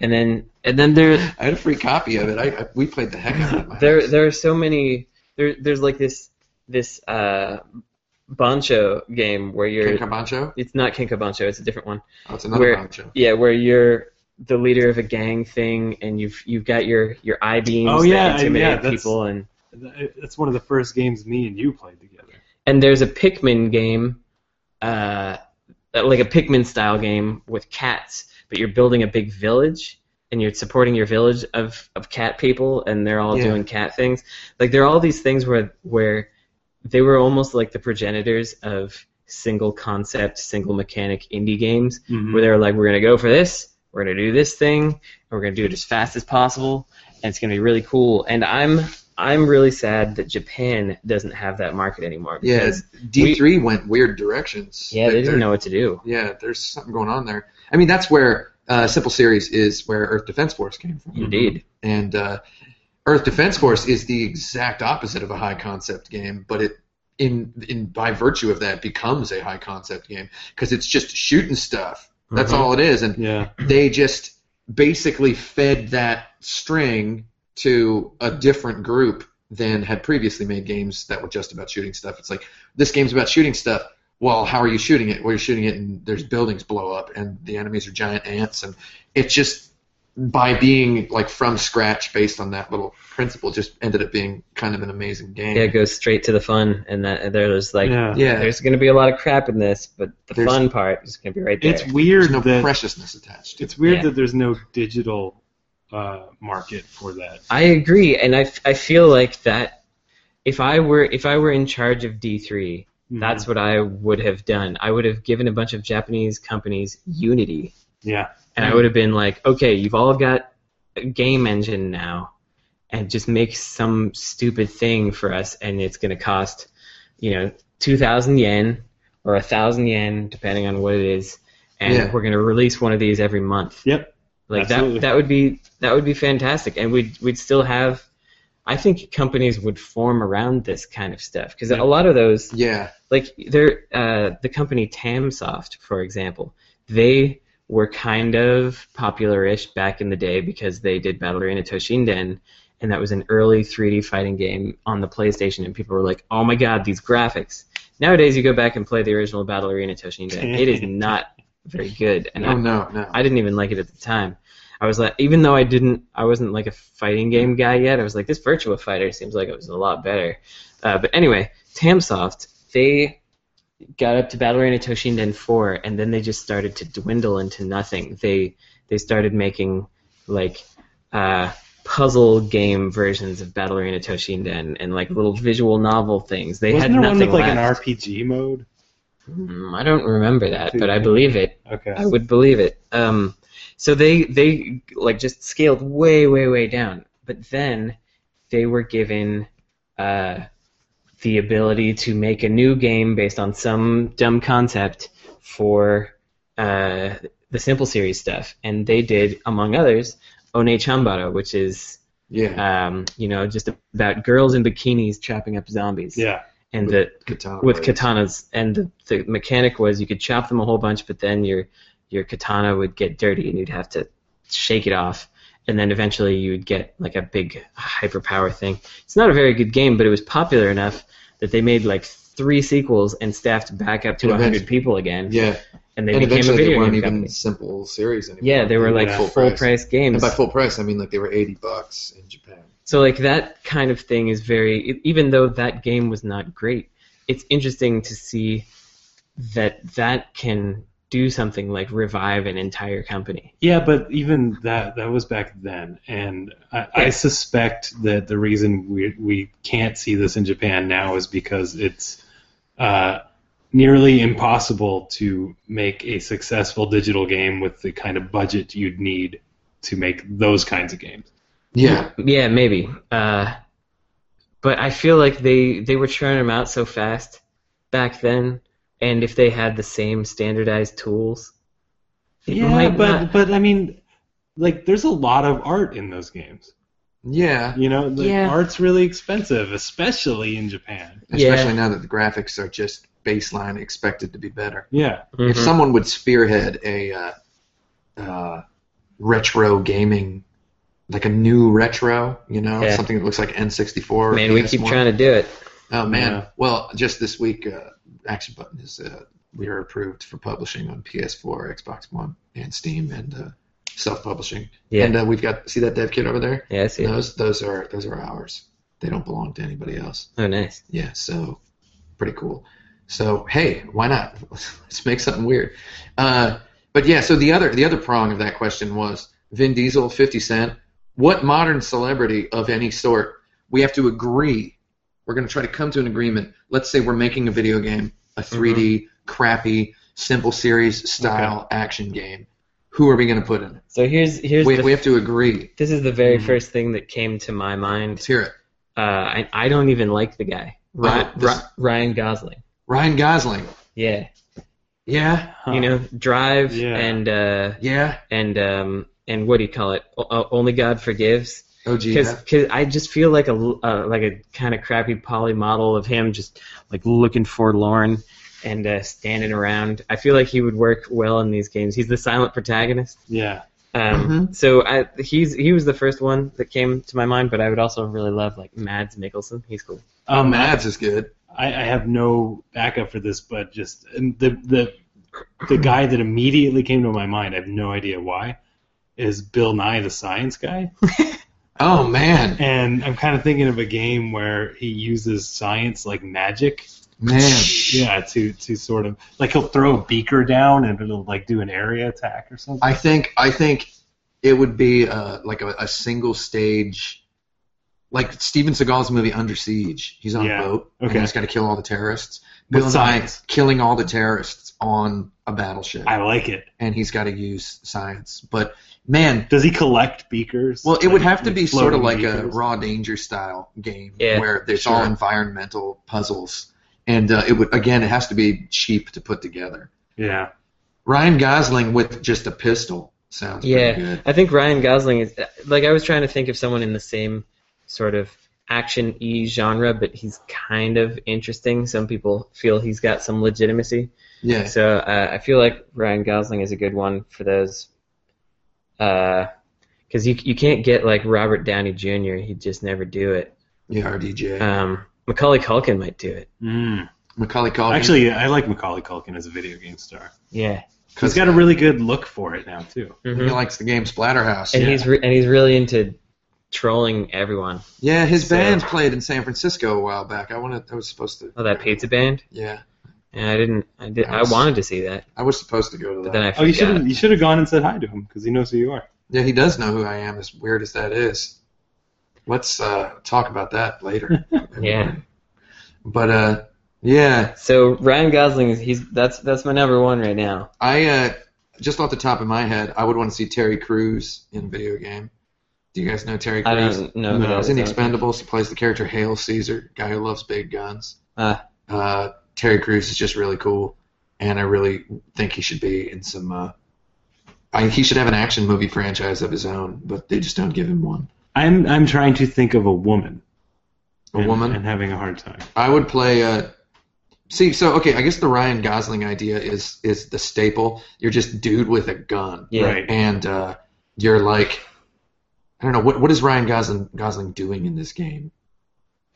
Speaker 2: and then and then there
Speaker 4: I had a free copy of it. I, I we played the heck out of it. at my
Speaker 2: there
Speaker 4: house.
Speaker 2: there are so many there there's like this this uh bancho game where you're
Speaker 4: King Camacho?
Speaker 2: it's not Kinkabancho, it's a different one.
Speaker 4: Oh, it's another
Speaker 2: Where-
Speaker 4: Camacho.
Speaker 2: Yeah, where you're the leader of a gang thing and you've you've got your your eye beams
Speaker 3: Oh, yeah,
Speaker 2: that
Speaker 3: I-
Speaker 2: intimidate
Speaker 3: yeah, that's-
Speaker 2: people and
Speaker 3: That's one of the first games me and you played together.
Speaker 2: and there's a Pikmin game uh like a Pikmin style game with cats, but you're building a big village and you're supporting your village of, of cat people and they're all
Speaker 4: Yeah.
Speaker 2: doing cat things. Like there are all these things where where they were almost like the progenitors of single concept, single mechanic indie games where they're like, we're gonna go for this, we're gonna do this thing, and we're gonna do it as fast as possible, and it's gonna be really cool. And I'm I'm really sad that Japan doesn't have that market anymore
Speaker 4: Yeah,
Speaker 2: because
Speaker 4: D three went weird
Speaker 2: yeah,
Speaker 4: directions.
Speaker 2: they
Speaker 4: There-
Speaker 2: didn't know what to do.
Speaker 4: Yeah, there's something going on there. I mean, that's where uh, Simple Series is where Earth Defense Force came from,
Speaker 2: Indeed,
Speaker 4: and uh, Earth Defense Force is the exact opposite of a high concept game, but it in in by virtue of that becomes a high concept game because it's just shooting stuff. That's
Speaker 2: Mhm.
Speaker 4: all it is, and
Speaker 3: Yeah.
Speaker 4: they just basically fed that string to a different group than had previously made games that were just about shooting stuff. It's like this game's about shooting stuff. Well, how are you shooting it? Well, you're shooting it, and there's buildings blow up, and the enemies are giant ants, and it's just by being like from scratch based on that little principle, just ended up being kind of an amazing game.
Speaker 2: yeah, it goes straight to the fun, and that there's like.
Speaker 3: yeah.
Speaker 4: Mm-hmm. Yeah, there's,
Speaker 2: There's going to be a lot of crap in this, but the
Speaker 4: There's-
Speaker 2: fun part is going to be right there.
Speaker 3: It's weird
Speaker 4: no
Speaker 3: that
Speaker 4: preciousness attached. To it.
Speaker 3: it's weird
Speaker 2: Yeah.
Speaker 3: that there's no digital uh, market for that.
Speaker 2: I agree, and I, f- I feel like that if I were if I were in charge of D three,
Speaker 3: Mm-hmm.
Speaker 2: That's what I would have done. I would have given a bunch of Japanese companies Unity,
Speaker 3: yeah.
Speaker 2: and I would have been like, okay, you've all got a game engine now, and just make some stupid thing for us, and it's going to cost, you know, 2,000 yen or 1,000 yen, depending on what it is, and
Speaker 4: Yeah.
Speaker 2: we're going to release one of these every month.
Speaker 3: Yep.
Speaker 2: Like that
Speaker 3: Absolutely.
Speaker 2: that would be that would be fantastic and we'd we'd still have I think companies would form around this kind of stuff because
Speaker 3: Yeah.
Speaker 2: a lot of those
Speaker 4: Yeah,
Speaker 2: like they're uh, the company Tamsoft, for example, they were kind of popular-ish back in the day because they did Battle Arena Toshinden, and that was an early 3D fighting game on the PlayStation, and people were like, "Oh my God, these graphics!" Nowadays, you go back and play the original Battle Arena Toshinden, it is not very good, and
Speaker 4: oh
Speaker 2: I,
Speaker 4: no, no,
Speaker 2: I didn't even like it at the time. I was like, even though I didn't, I wasn't like a fighting game guy yet. I was like, this Virtua Fighter seems like it was a lot better. Uh, but anyway, Tamsoft, they got up to Battle Arena Toshinden 4, and then they just started to dwindle into nothing. They they started making like uh, puzzle game versions of Battle Arena Toshinden and like little visual novel things. They
Speaker 3: Wasn't
Speaker 2: had
Speaker 3: there one
Speaker 2: nothing
Speaker 3: with like
Speaker 2: left.
Speaker 3: an RPG mode?
Speaker 2: Mm, I don't remember that, but I believe it.
Speaker 3: Okay.
Speaker 2: I would believe it. Um, so they they like just scaled way way way down. but then they were given uh, the ability to make a new game based on some dumb concept for uh, the Simple Series stuff, and they did, among others, One Chambara, which is
Speaker 4: Yeah.
Speaker 2: um, you know just about girls in bikinis chopping up zombies.
Speaker 3: Yeah.
Speaker 2: and the
Speaker 4: Katana
Speaker 2: with
Speaker 4: blades.
Speaker 2: katanas, and the, the mechanic was you could chop them a whole bunch, but then your your katana would get dirty, and you'd have to shake it off, and then eventually you would get like a big hyperpower thing. It's not a very good game, but it was popular enough that they made like three sequels and staffed back up to
Speaker 4: And eventually-
Speaker 2: 100 people again,
Speaker 4: Yeah.
Speaker 2: and they
Speaker 4: And
Speaker 2: became a
Speaker 4: eventually they
Speaker 2: video
Speaker 4: weren't
Speaker 2: game
Speaker 4: even
Speaker 2: company.
Speaker 4: simple series anymore.
Speaker 2: Yeah, they were like
Speaker 3: Yeah.
Speaker 2: full, price. games.
Speaker 4: And by full price, I mean like they were 80 bucks in Japan.
Speaker 2: So like that kind of thing is very e- even though that game was not great, it's interesting to see that that can do something like revive an entire company.
Speaker 3: Yeah, but even that that was back then, and I, I
Speaker 2: Yeah.
Speaker 3: suspect that the reason we we can't see this in Japan now is because it's uh, nearly impossible to make a successful digital game with the kind of budget you'd need to make those kinds of games.
Speaker 4: Yeah.
Speaker 2: Yeah, maybe. Uh, but I feel like they they were churning them out so fast back then, and if they had the same standardized tools, it
Speaker 3: Yeah,
Speaker 2: might
Speaker 3: but
Speaker 2: not-
Speaker 3: but I mean, like there's a lot of art in those games.
Speaker 4: Yeah.
Speaker 3: You know, the
Speaker 2: Yeah.
Speaker 3: art's really expensive, especially in Japan.
Speaker 2: Yeah.
Speaker 4: Especially now that the graphics are just baseline expected to be better.
Speaker 3: Yeah,
Speaker 2: Mhm.
Speaker 4: If someone would spearhead a uh, uh, retro gaming, like a new retro, you know,
Speaker 2: Yeah.
Speaker 4: something that looks like N64. or
Speaker 2: man, we keep
Speaker 4: PS1.
Speaker 2: trying to do it.
Speaker 4: Oh man!
Speaker 3: Yeah.
Speaker 4: Well, just this week, uh, Action Button is uh, we are approved for publishing on PS4, Xbox One, and Steam, and uh, self-publishing.
Speaker 2: Yeah,
Speaker 4: And uh, we've got see that dev kit over there.
Speaker 2: yeah, I see. it.
Speaker 4: Those those are those are ours. They don't belong to anybody else.
Speaker 2: Oh, nice.
Speaker 4: Yeah. So pretty cool. So hey, why not? Let's make something weird. Uh, but yeah. So the other the other prong of that question was Vin Diesel, Fifty Cent. What modern celebrity of any sort we have to agree. We're going to try to come to an agreement. Let's say we're making a video game, a 3D
Speaker 2: Mm-hmm.
Speaker 4: crappy simple series style action game. Who are we going to put in it?
Speaker 2: So here's here's
Speaker 4: We, Mm-hmm.
Speaker 2: the,
Speaker 4: we have to agree.
Speaker 2: this is the very
Speaker 3: Mhm.
Speaker 2: first thing that came to my mind
Speaker 4: Let's hear it.
Speaker 2: uh, I, I don't even like the guy. Ryan,
Speaker 4: Oh, this-
Speaker 2: Ryan Gosling.
Speaker 4: Ryan Gosling.
Speaker 2: Yeah.
Speaker 4: Yeah.
Speaker 2: You know, Drive
Speaker 3: Yeah.
Speaker 2: and uh,
Speaker 4: Yeah.
Speaker 2: and um, and what do you call it? O- O- Only God Forgives.
Speaker 4: OG.
Speaker 2: Because I just feel like a l- uh, like a kind of crappy poly model of him, just like looking forlorn and uh, standing around. I feel like he would work well in these games. He's the silent protagonist.
Speaker 3: yeah.
Speaker 2: Um,
Speaker 4: Mhm.
Speaker 2: So I, he's he was the first one that came to my mind, but I would also really love like Mads Mikkelsen. He's cool.
Speaker 3: Um,
Speaker 4: Mads is good.
Speaker 3: I, I have no backup for this, but just and the the the guy that immediately came to my mind, I have no idea why, is Bill Nye the Science Guy,
Speaker 4: Oh man,
Speaker 3: and I'm kind of thinking of a game where he uses science like magic,
Speaker 4: man.
Speaker 3: yeah, to to sort of like he'll throw a beaker down and it'll like do an area attack or something.
Speaker 4: I think I think it would be uh, like a, a single stage, like Steven Seagal's movie Under Siege. He's on
Speaker 3: Yeah,
Speaker 4: a boat
Speaker 3: okay.
Speaker 4: and he's got to kill all the terrorists.
Speaker 3: With
Speaker 4: Bill Nye
Speaker 3: science.
Speaker 4: killing all the terrorists on a battleship,
Speaker 3: I like it.
Speaker 4: and he's got to use science. But man,
Speaker 3: Does he collect beakers?
Speaker 4: Well, it would
Speaker 3: Like,
Speaker 4: have to
Speaker 3: with
Speaker 4: be sort of
Speaker 3: floating
Speaker 4: like a
Speaker 3: beakers?
Speaker 4: Raw Danger style game
Speaker 2: Yeah,
Speaker 4: where there's
Speaker 2: sure.
Speaker 4: all environmental puzzles, and uh, it would again it has to be cheap to put together.
Speaker 3: yeah.
Speaker 4: Ryan Gosling with just a pistol sounds
Speaker 2: Yeah.
Speaker 4: pretty good.
Speaker 2: I think Ryan Gosling is like I was trying to think of someone in the same sort of action e genre, but he's kind of interesting. Some people feel he's got some legitimacy,
Speaker 4: Yeah,
Speaker 2: so uh, I feel like Ryan Gosling is a good one for those. Because you you can't get like Robert Downey Jr. He'd just never do it.
Speaker 4: yeah, RDJ,
Speaker 2: Um, Macaulay Culkin might do it.
Speaker 3: Mm.
Speaker 4: Macaulay Culkin.
Speaker 3: Actually, I like Macaulay Culkin as a video game star.
Speaker 2: Yeah,
Speaker 3: He's got a really good look for it now too.
Speaker 2: Mhm.
Speaker 4: he likes the game Splatterhouse.
Speaker 2: and
Speaker 4: Yeah,
Speaker 2: he's re- and he's really into trolling everyone.
Speaker 4: his
Speaker 2: so-
Speaker 4: band played in San Francisco a while back. I wanna, I was supposed to.
Speaker 2: Oh, that pizza band.
Speaker 4: Yeah,
Speaker 2: Yeah, I didn't. I did. I
Speaker 4: Nice.
Speaker 2: wanted to see that,
Speaker 4: I was supposed to go to that.
Speaker 2: but then I forgot.
Speaker 3: Oh, you should have you should have gone and said hi to him because he knows who you are.
Speaker 4: Yeah, he does know who I am. As weird as that is, let's uh, talk about that later.
Speaker 2: Yeah.
Speaker 4: But uh, yeah,
Speaker 2: So Ryan Gosling is he's that's that's my number one right now.
Speaker 4: I uh, just off the top of my head, I would want to see Terry Crews in a video game. Do you guys know Terry
Speaker 2: I
Speaker 4: Crews?
Speaker 2: don't know. who
Speaker 4: No,
Speaker 2: that
Speaker 4: he's
Speaker 2: is.
Speaker 4: in The Expendables. He plays the character Hail Caesar, guy who loves big guns.
Speaker 2: Ah.
Speaker 4: Uh, Terry Crews is just really cool, and I really think he should be in some. Uh, I, he should have an action movie franchise of his own, but they just don't give him one.
Speaker 3: I'm I'm trying to think of a woman.
Speaker 4: A
Speaker 3: and-
Speaker 4: woman.
Speaker 3: and having a hard time.
Speaker 4: I would play. Uh, see, so okay, I guess the Ryan Gosling idea is is the staple. You're just dude with a gun,
Speaker 2: Yeah.
Speaker 3: Right.
Speaker 4: and uh, you're like, I don't know what what is Ryan Gosling Gosling doing in this game?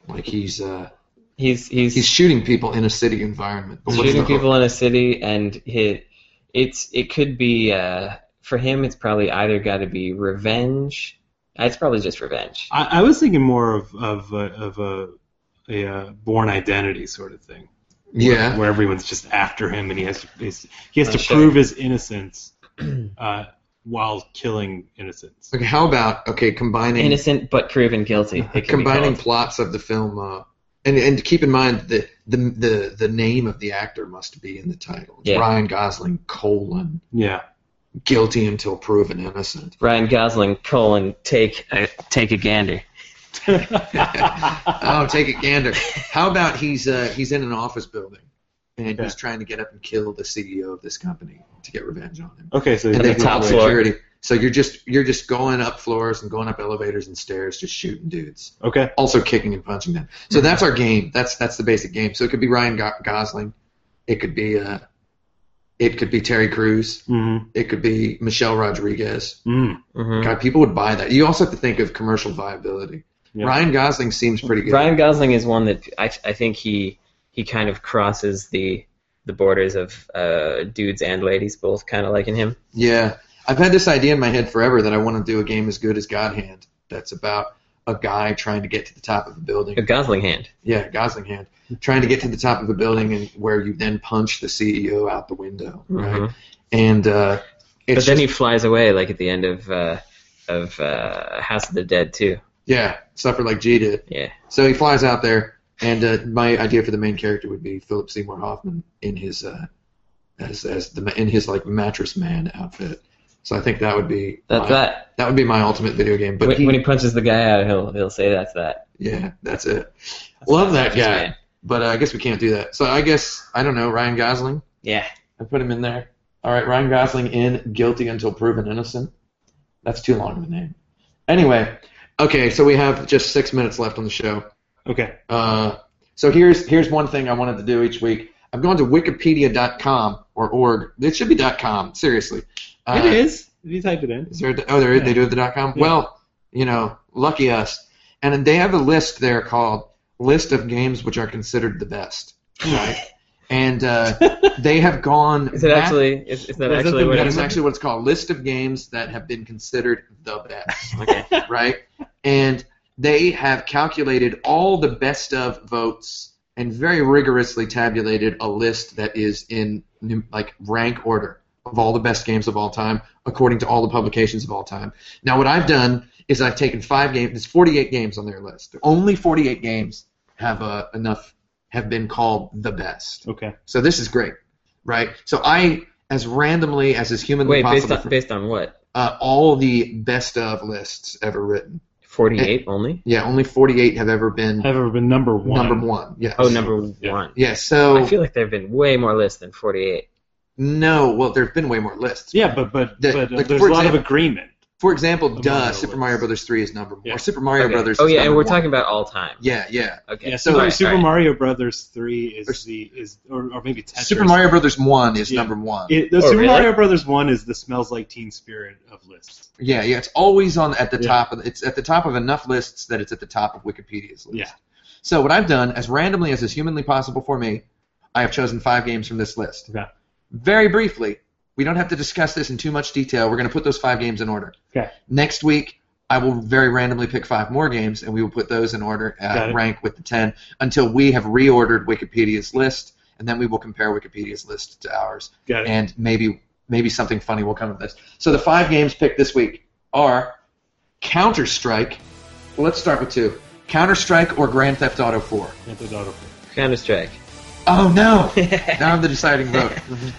Speaker 4: Like he's uh,
Speaker 2: He's he's,
Speaker 4: he's shooting people in a city environment. But what's
Speaker 2: shooting
Speaker 4: the-
Speaker 2: people in a city, and hit. It's it could be uh, for him. It's probably either got to be revenge. uh, It's probably just revenge.
Speaker 3: I, I was thinking more of of a, of a, a uh, born identity sort of thing,
Speaker 4: Yeah,
Speaker 3: where everyone's just after him, and he has to he's, he has
Speaker 2: Oh,
Speaker 3: to
Speaker 2: shit.
Speaker 3: prove his innocence uh, while killing innocents.
Speaker 4: Okay, how about okay combining
Speaker 2: Innocent but proven guilty. it could be
Speaker 4: combining
Speaker 2: called.
Speaker 4: plots of the film, uh, and and keep in mind that the the the name of the actor must be in the title. It's
Speaker 2: Yeah.
Speaker 4: Ryan Gosling colon
Speaker 3: Yeah,
Speaker 4: guilty until proven innocent.
Speaker 2: Ryan Gosling colon take a, take a gander.
Speaker 4: Oh, take a gander. How about he's uh, he's in an office building and
Speaker 3: Yeah.
Speaker 4: he's trying to get up and kill the CEO of this company to get revenge on him.
Speaker 3: okay, so
Speaker 4: And
Speaker 2: the
Speaker 4: they
Speaker 3: he's
Speaker 2: top
Speaker 4: top
Speaker 3: not-
Speaker 2: floor.
Speaker 4: security. So you're just you're just going up floors and going up elevators and stairs, just shooting dudes.
Speaker 3: Okay,
Speaker 4: also kicking and punching them. So that's our game. That's that's the basic game. So it could be Ryan Go- Gosling, it could be uh, it could be Terry Crews,
Speaker 3: hmm
Speaker 4: it could be Michelle Rodriguez.
Speaker 3: mm.
Speaker 2: Mhm.
Speaker 4: God, people would buy that. You also have to think of commercial viability.
Speaker 3: Yeah.
Speaker 4: Ryan Gosling seems pretty good.
Speaker 2: Ryan Gosling is one that I, I think he he kind of crosses the the borders of uh, dudes and ladies both kind of liking him.
Speaker 4: Yeah, I've had this idea in my head forever that I want to do a game as good as God Hand. That's about a guy trying to get to the top of a building.
Speaker 2: A Gosling hand.
Speaker 4: Yeah, Gosling hand. Trying to get to the top of a building and where you then punch the CEO out the window, right?
Speaker 2: Mhm.
Speaker 4: And uh,
Speaker 2: But
Speaker 4: it's
Speaker 2: then
Speaker 4: just-
Speaker 2: he flies away like at the end of uh, of uh, House of the Dead too.
Speaker 4: Yeah, suffer like G did.
Speaker 2: Yeah.
Speaker 4: So he flies out there, and uh, my idea for the main character would be Philip Seymour Hoffman in his uh, as as the in his like mattress man outfit. So I think that would be
Speaker 2: That's
Speaker 4: my,
Speaker 2: that.
Speaker 4: that would be my ultimate video game. But
Speaker 2: when,
Speaker 4: he-
Speaker 2: when he punches the guy out, he'll he'll say that's that.
Speaker 4: yeah, that's it. Love that
Speaker 2: Just
Speaker 4: guy.
Speaker 2: saying.
Speaker 4: But uh, I guess we can't do that. So I guess I don't know Ryan Gosling.
Speaker 2: Yeah.
Speaker 4: I put him in there. All right, Ryan Gosling in Guilty Until Proven Innocent. That's too long of a name. Anyway, okay, so we have just six minutes left on the show.
Speaker 3: okay,
Speaker 4: Uh, so here's here's one thing I wanted to do each week. I've gone to Wikipedia.com or org. It should be .com. Seriously, uh,
Speaker 3: it is. If you type it in,
Speaker 4: Is there? A, oh, there is. They do have the .com.
Speaker 3: Yeah.
Speaker 4: Well, you know, lucky us. And then they have a list there called "List of Games Which Are Considered the Best." Right. and uh, they have gone.
Speaker 2: Is it
Speaker 4: back-
Speaker 2: actually? Is, is that
Speaker 3: Is it
Speaker 2: actually
Speaker 3: the
Speaker 2: what
Speaker 4: That
Speaker 2: it
Speaker 4: is
Speaker 2: is?
Speaker 4: actually what it's called. List of games that have been considered the best
Speaker 2: Okay.
Speaker 4: right? And they have calculated all the best of votes and very rigorously tabulated a list that is in num- like rank order of all the best games of all time according to all the publications of all time. Now what I've done is I've taken five games. There's 48 games on their list. Only 48 games have uh, enough have been called the best.
Speaker 3: okay.
Speaker 4: So this is great, right? So I as randomly as is humanly
Speaker 2: Wait, based
Speaker 4: possible
Speaker 2: on
Speaker 4: for-
Speaker 2: based on what?
Speaker 4: uh, all the best of lists ever written.
Speaker 2: Forty eight only.
Speaker 4: Yeah, only 48 have ever been
Speaker 3: I've ever been number one.
Speaker 4: number one. Yes.
Speaker 2: Oh, number
Speaker 3: Yeah.
Speaker 2: one.
Speaker 4: Yeah,
Speaker 2: I
Speaker 4: so
Speaker 2: feel like there have been way more lists than 48.
Speaker 4: no, well, there have been way more lists.
Speaker 3: Yeah, but but
Speaker 4: The-
Speaker 3: but uh,
Speaker 4: like,
Speaker 3: there's
Speaker 4: for
Speaker 3: a lot of
Speaker 4: example-
Speaker 3: agreement.
Speaker 4: For example,
Speaker 3: Among
Speaker 4: duh,
Speaker 3: their
Speaker 4: Super
Speaker 3: lists.
Speaker 4: Mario Brothers 3 is number one.
Speaker 3: Yeah.
Speaker 4: Or Super Mario
Speaker 2: Okay.
Speaker 4: Brothers
Speaker 2: Oh
Speaker 4: is
Speaker 2: yeah, and
Speaker 4: number
Speaker 2: we're
Speaker 4: one.
Speaker 2: talking about all time.
Speaker 4: Yeah, yeah.
Speaker 2: Okay.
Speaker 3: Yeah,
Speaker 4: so-
Speaker 3: Super,
Speaker 2: Alright,
Speaker 3: Super
Speaker 2: alright.
Speaker 3: Mario Brothers three is
Speaker 4: There's-
Speaker 3: the is or, or maybe Tetris.
Speaker 4: Super Mario Brothers 1 is
Speaker 3: Yeah.
Speaker 4: number one.
Speaker 3: It, the
Speaker 2: Oh,
Speaker 3: Super
Speaker 2: really?
Speaker 3: Mario Brothers one is the smells like Teen Spirit of lists.
Speaker 4: yeah, yeah, it's always on at the
Speaker 3: Yeah.
Speaker 4: top. Of, it's at the top of enough lists that it's at the top of Wikipedia's list.
Speaker 3: Yeah.
Speaker 4: So what I've done, as randomly as is humanly possible for me, I have chosen five games from this list.
Speaker 3: Okay.
Speaker 4: Very briefly, we don't have to discuss this in too much detail. We're going to put those five games in order.
Speaker 3: Okay.
Speaker 4: Next week, I will very randomly pick five more games, and we will put those in order,
Speaker 3: Got
Speaker 4: uh,
Speaker 3: it.
Speaker 4: rank with the ten, until we have reordered Wikipedia's list, and then we will compare Wikipedia's list to ours,
Speaker 3: Got it.
Speaker 4: and maybe maybe something funny will come of this. So the five games picked this week are Counter Strike. Let's start with two: Counter Strike or Grand Theft Auto Four.
Speaker 3: Grand Theft Auto
Speaker 2: Counter Strike.
Speaker 4: Oh no! now I'm the deciding vote.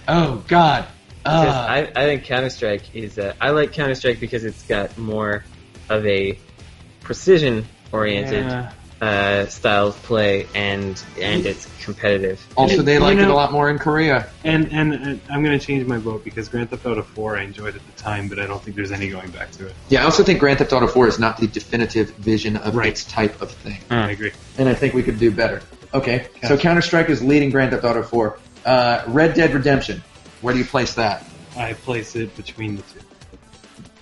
Speaker 4: Oh God! Uh,
Speaker 3: Ah.
Speaker 2: I, I think Counter Strike is. Uh, I like Counter Strike because it's got more of a precision oriented
Speaker 3: Yeah.
Speaker 2: uh, style of play, and and it's competitive.
Speaker 4: Also, they
Speaker 3: You
Speaker 4: liked it
Speaker 3: know-
Speaker 4: a lot more in Korea.
Speaker 3: And, and and I'm gonna change my vote because Grand Theft Auto 4 I enjoyed at the time, but I don't think there's any going back to it.
Speaker 4: Yeah, I also think Grand Theft Auto 4 is not the definitive vision of
Speaker 3: Right.
Speaker 4: its type of thing.
Speaker 3: I agree.
Speaker 4: and I think we could do better. Okay, so Counter Strike is leading Grand Theft Auto 4. Uh, Red Dead Redemption, where do you place that?
Speaker 3: I place it between the two.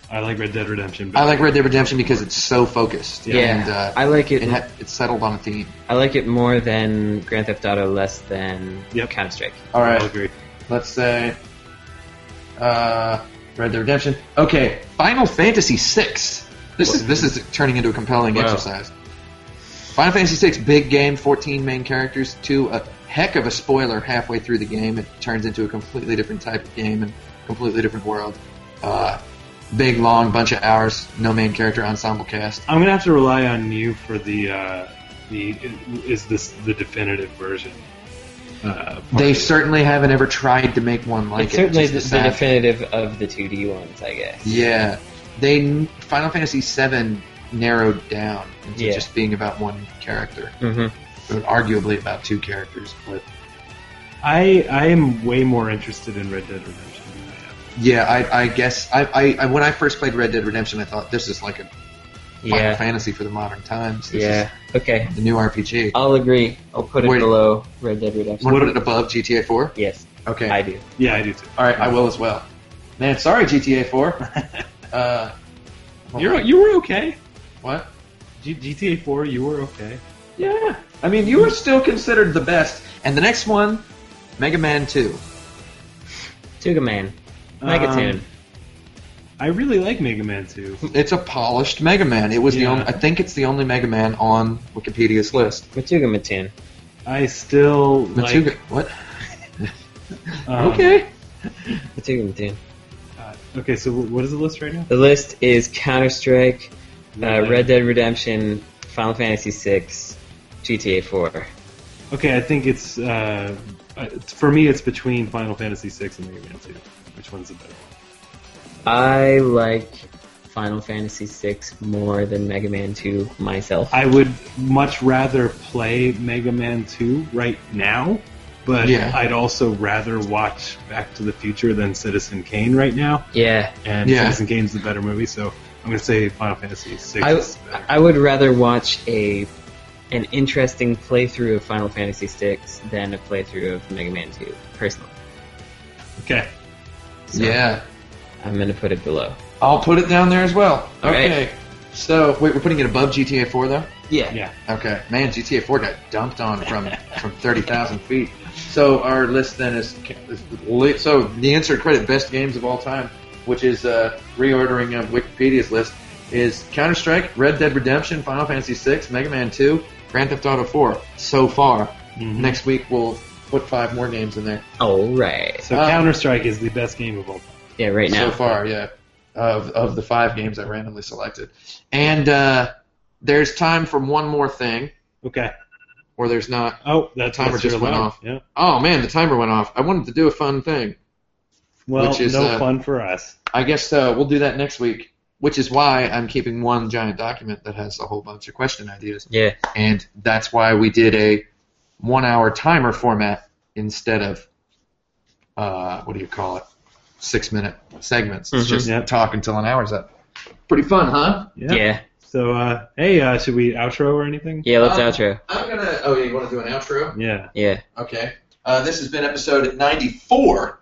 Speaker 3: I like Red Dead Redemption. But
Speaker 4: I like Red Dead Redemption because it's so focused.
Speaker 2: Yeah,
Speaker 4: and, uh,
Speaker 2: I like it.
Speaker 4: it ha- it's settled on a theme.
Speaker 2: I like it more than Grand Theft Auto, less than
Speaker 3: Yep.
Speaker 2: Counter Strike.
Speaker 4: All right,
Speaker 3: I'll agree.
Speaker 4: let's say uh, Red Dead Redemption. Okay, Final Fantasy VI. This is this is turning into a compelling
Speaker 2: Wow.
Speaker 4: exercise. Final Fantasy VI, big game, 14 main characters, to a heck of a spoiler halfway through the game. It turns into a completely different type of game and completely different world. Uh, big, long bunch of hours, no main character, ensemble cast.
Speaker 3: I'm gonna have to rely on you for the uh, the is this the definitive version? Uh,
Speaker 4: They certainly haven't ever tried to make one like
Speaker 2: it's
Speaker 4: it.
Speaker 2: certainly
Speaker 4: which
Speaker 2: the,
Speaker 4: is
Speaker 2: the
Speaker 4: sad thing.
Speaker 2: definitive of the 2D ones, I guess.
Speaker 4: Yeah, they Final Fantasy VII narrowed down into
Speaker 2: Yeah.
Speaker 4: just being about one character,
Speaker 2: hmm
Speaker 4: or arguably about two characters. But
Speaker 3: I I am way more interested in Red Dead Redemption. Than I am.
Speaker 4: yeah, I, I guess I, I, I when I first played Red Dead Redemption, I thought this is like a Final
Speaker 2: Yeah,
Speaker 4: Fantasy for the modern times. This
Speaker 2: yeah. Uh, Okay,
Speaker 4: is the new RPG.
Speaker 2: I'll agree. I'll put it
Speaker 4: Wait.
Speaker 2: below Red Dead Redemption.
Speaker 4: Want to put it above GTA 4?
Speaker 2: Yes,
Speaker 4: Okay,
Speaker 2: I do.
Speaker 3: Yeah, I do too.
Speaker 4: all right, I will as well. Man, sorry GTA 4. Uh, well,
Speaker 3: You're you were okay.
Speaker 4: what?
Speaker 3: G- GTA 4, you were okay.
Speaker 4: Yeah, I mean you were still considered the best. And the next one, Mega Man 2.
Speaker 2: Tuga Man, Megatune.
Speaker 3: Um, I really like Mega Man 2.
Speaker 4: It's a polished Mega Man. It was the
Speaker 3: Yeah.
Speaker 4: only. I think it's the only Mega Man on Wikipedia's list.
Speaker 2: Matuga Matune.
Speaker 3: I still
Speaker 4: Matsuga,
Speaker 3: like.
Speaker 4: what?
Speaker 3: um,
Speaker 4: okay.
Speaker 2: Matuga Matune.
Speaker 3: uh, okay, so wh- what is the list right now?
Speaker 2: The list is Counter Strike, uh,
Speaker 3: Dead.
Speaker 2: Red Dead Redemption, Final Fantasy VI, GTA 4.
Speaker 3: Okay, I think it's uh, uh, for me. It's between Final Fantasy VI and Mega Man 2. Which one's the better one?
Speaker 2: I like Final Fantasy VI more than Mega Man 2 myself.
Speaker 3: I would much rather play Mega Man 2 right now, but
Speaker 4: Yeah.
Speaker 3: I'd also rather watch Back to the Future than Citizen Kane right now.
Speaker 2: yeah,
Speaker 3: And
Speaker 4: Yeah.
Speaker 3: Citizen Kane's the better movie, so I'm going to say Final Fantasy VI
Speaker 2: I,
Speaker 3: is better.
Speaker 2: I would rather watch a an interesting playthrough of Final Fantasy VI than a playthrough of Mega Man 2, personally.
Speaker 3: okay.
Speaker 2: So
Speaker 4: Yeah,
Speaker 2: I'm going to put it below.
Speaker 4: I'll put it down there as well.
Speaker 2: All right.
Speaker 4: okay. So wait, we're putting it above GTA 4 though.
Speaker 2: Yeah.
Speaker 3: Yeah.
Speaker 4: Okay, man, GTA 4 got dumped on from from 30,000 feet. So our list then is, is li- so the answer credit best games of all time, which is uh, reordering of Wikipedia's list is Counter Strike, Red Dead Redemption, Final Fantasy VI, Mega Man 2, Grand Theft Auto 4. So far,
Speaker 2: Mm-hmm.
Speaker 3: Mhm.
Speaker 4: next week we'll put five more games in there.
Speaker 2: All right.
Speaker 3: So
Speaker 4: Um,
Speaker 3: Counter Strike is the best game of all time.
Speaker 2: Yeah, right now.
Speaker 4: So far, yeah. Of, of the five games I randomly selected. And uh, there's time for one more thing,
Speaker 3: Okay.
Speaker 4: or there's not.
Speaker 3: Oh, that
Speaker 4: Timer
Speaker 3: timer
Speaker 4: just went off.
Speaker 3: Yeah.
Speaker 4: Oh man, the timer went off. I wanted to do a fun thing.
Speaker 3: Well,
Speaker 4: Which is,
Speaker 3: no
Speaker 4: uh,
Speaker 3: fun for us.
Speaker 4: I guess uh, we'll do that next week, which is why I'm keeping one giant document that has a whole bunch of question ideas,
Speaker 2: Yeah.
Speaker 4: and that's why we did a one-hour timer format instead of uh, what do you call it, six-minute segments. It's
Speaker 2: Mhm.
Speaker 4: just
Speaker 3: Yep.
Speaker 4: talk until an hour's up. Pretty fun, huh?
Speaker 2: Yeah. Yeah,
Speaker 3: So, uh, hey, uh, should we outro or anything?
Speaker 2: let's
Speaker 4: Uh,
Speaker 2: outro.
Speaker 4: I'm gonna. Oh, you want to do an outro?
Speaker 3: Yeah.
Speaker 2: Yeah.
Speaker 4: Okay. Uh, this has been episode 94.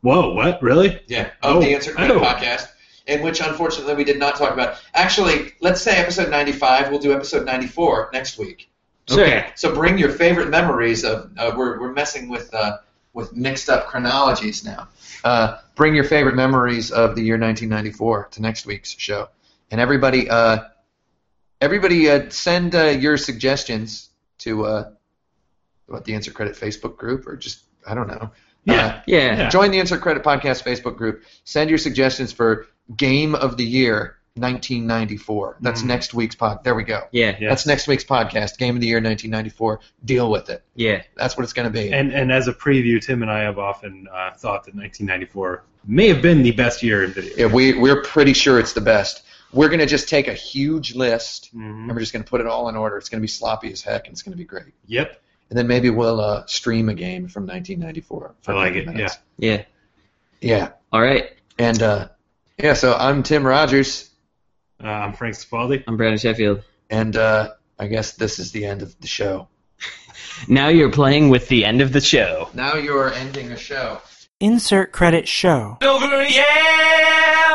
Speaker 3: Whoa, what? Really?
Speaker 4: Yeah, of the
Speaker 3: Oh,
Speaker 4: Answer Credit
Speaker 3: oh.
Speaker 4: podcast, in which unfortunately we did not talk about. Actually, let's say episode 95. We'll do episode 94 next week.
Speaker 2: Sure.
Speaker 4: So bring your favorite memories of. Uh, we're, we're messing with uh, with mixed up chronologies now. Uh, bring your favorite memories of the year 1994 to next week's show, and everybody. Uh, Everybody, uh, send uh, your suggestions to uh, what the Answer Credit Facebook group, or just I don't know.
Speaker 3: Yeah.
Speaker 4: Uh,
Speaker 2: Yeah.
Speaker 3: Yeah.
Speaker 4: Join the Insert Credit Podcast Facebook group. Send your suggestions for Game of the Year 1994. That's
Speaker 3: Mhm.
Speaker 4: next week's pod. There we go.
Speaker 2: Yeah.
Speaker 3: Yeah.
Speaker 4: That's next week's podcast. Game of the Year 1994. Deal with it.
Speaker 2: Yeah.
Speaker 4: That's what it's going to be.
Speaker 3: And and as a preview, Tim and I have often uh, thought that 1994 may have been the best year in video.
Speaker 4: yeah, we we're pretty sure it's the best. we're going to just take a huge list
Speaker 3: Mhm.
Speaker 4: and we're just going to put it all in order. It's going to be sloppy as heck and it's going to be great.
Speaker 3: Yep.
Speaker 4: And then maybe we'll uh, stream a game from 1994.
Speaker 3: I like it,
Speaker 2: Yeah.
Speaker 4: Yeah. Yeah.
Speaker 2: All right.
Speaker 4: And uh, yeah, so I'm Tim Rogers,
Speaker 3: Uh, I'm Frank Spaldi.
Speaker 2: I'm Brandon Sheffield.
Speaker 4: and uh, I guess this is the end of the show.
Speaker 2: Now you're playing with the end of the show.
Speaker 4: Now you are ending a show.
Speaker 5: Insert credit show.
Speaker 2: Over, yeah!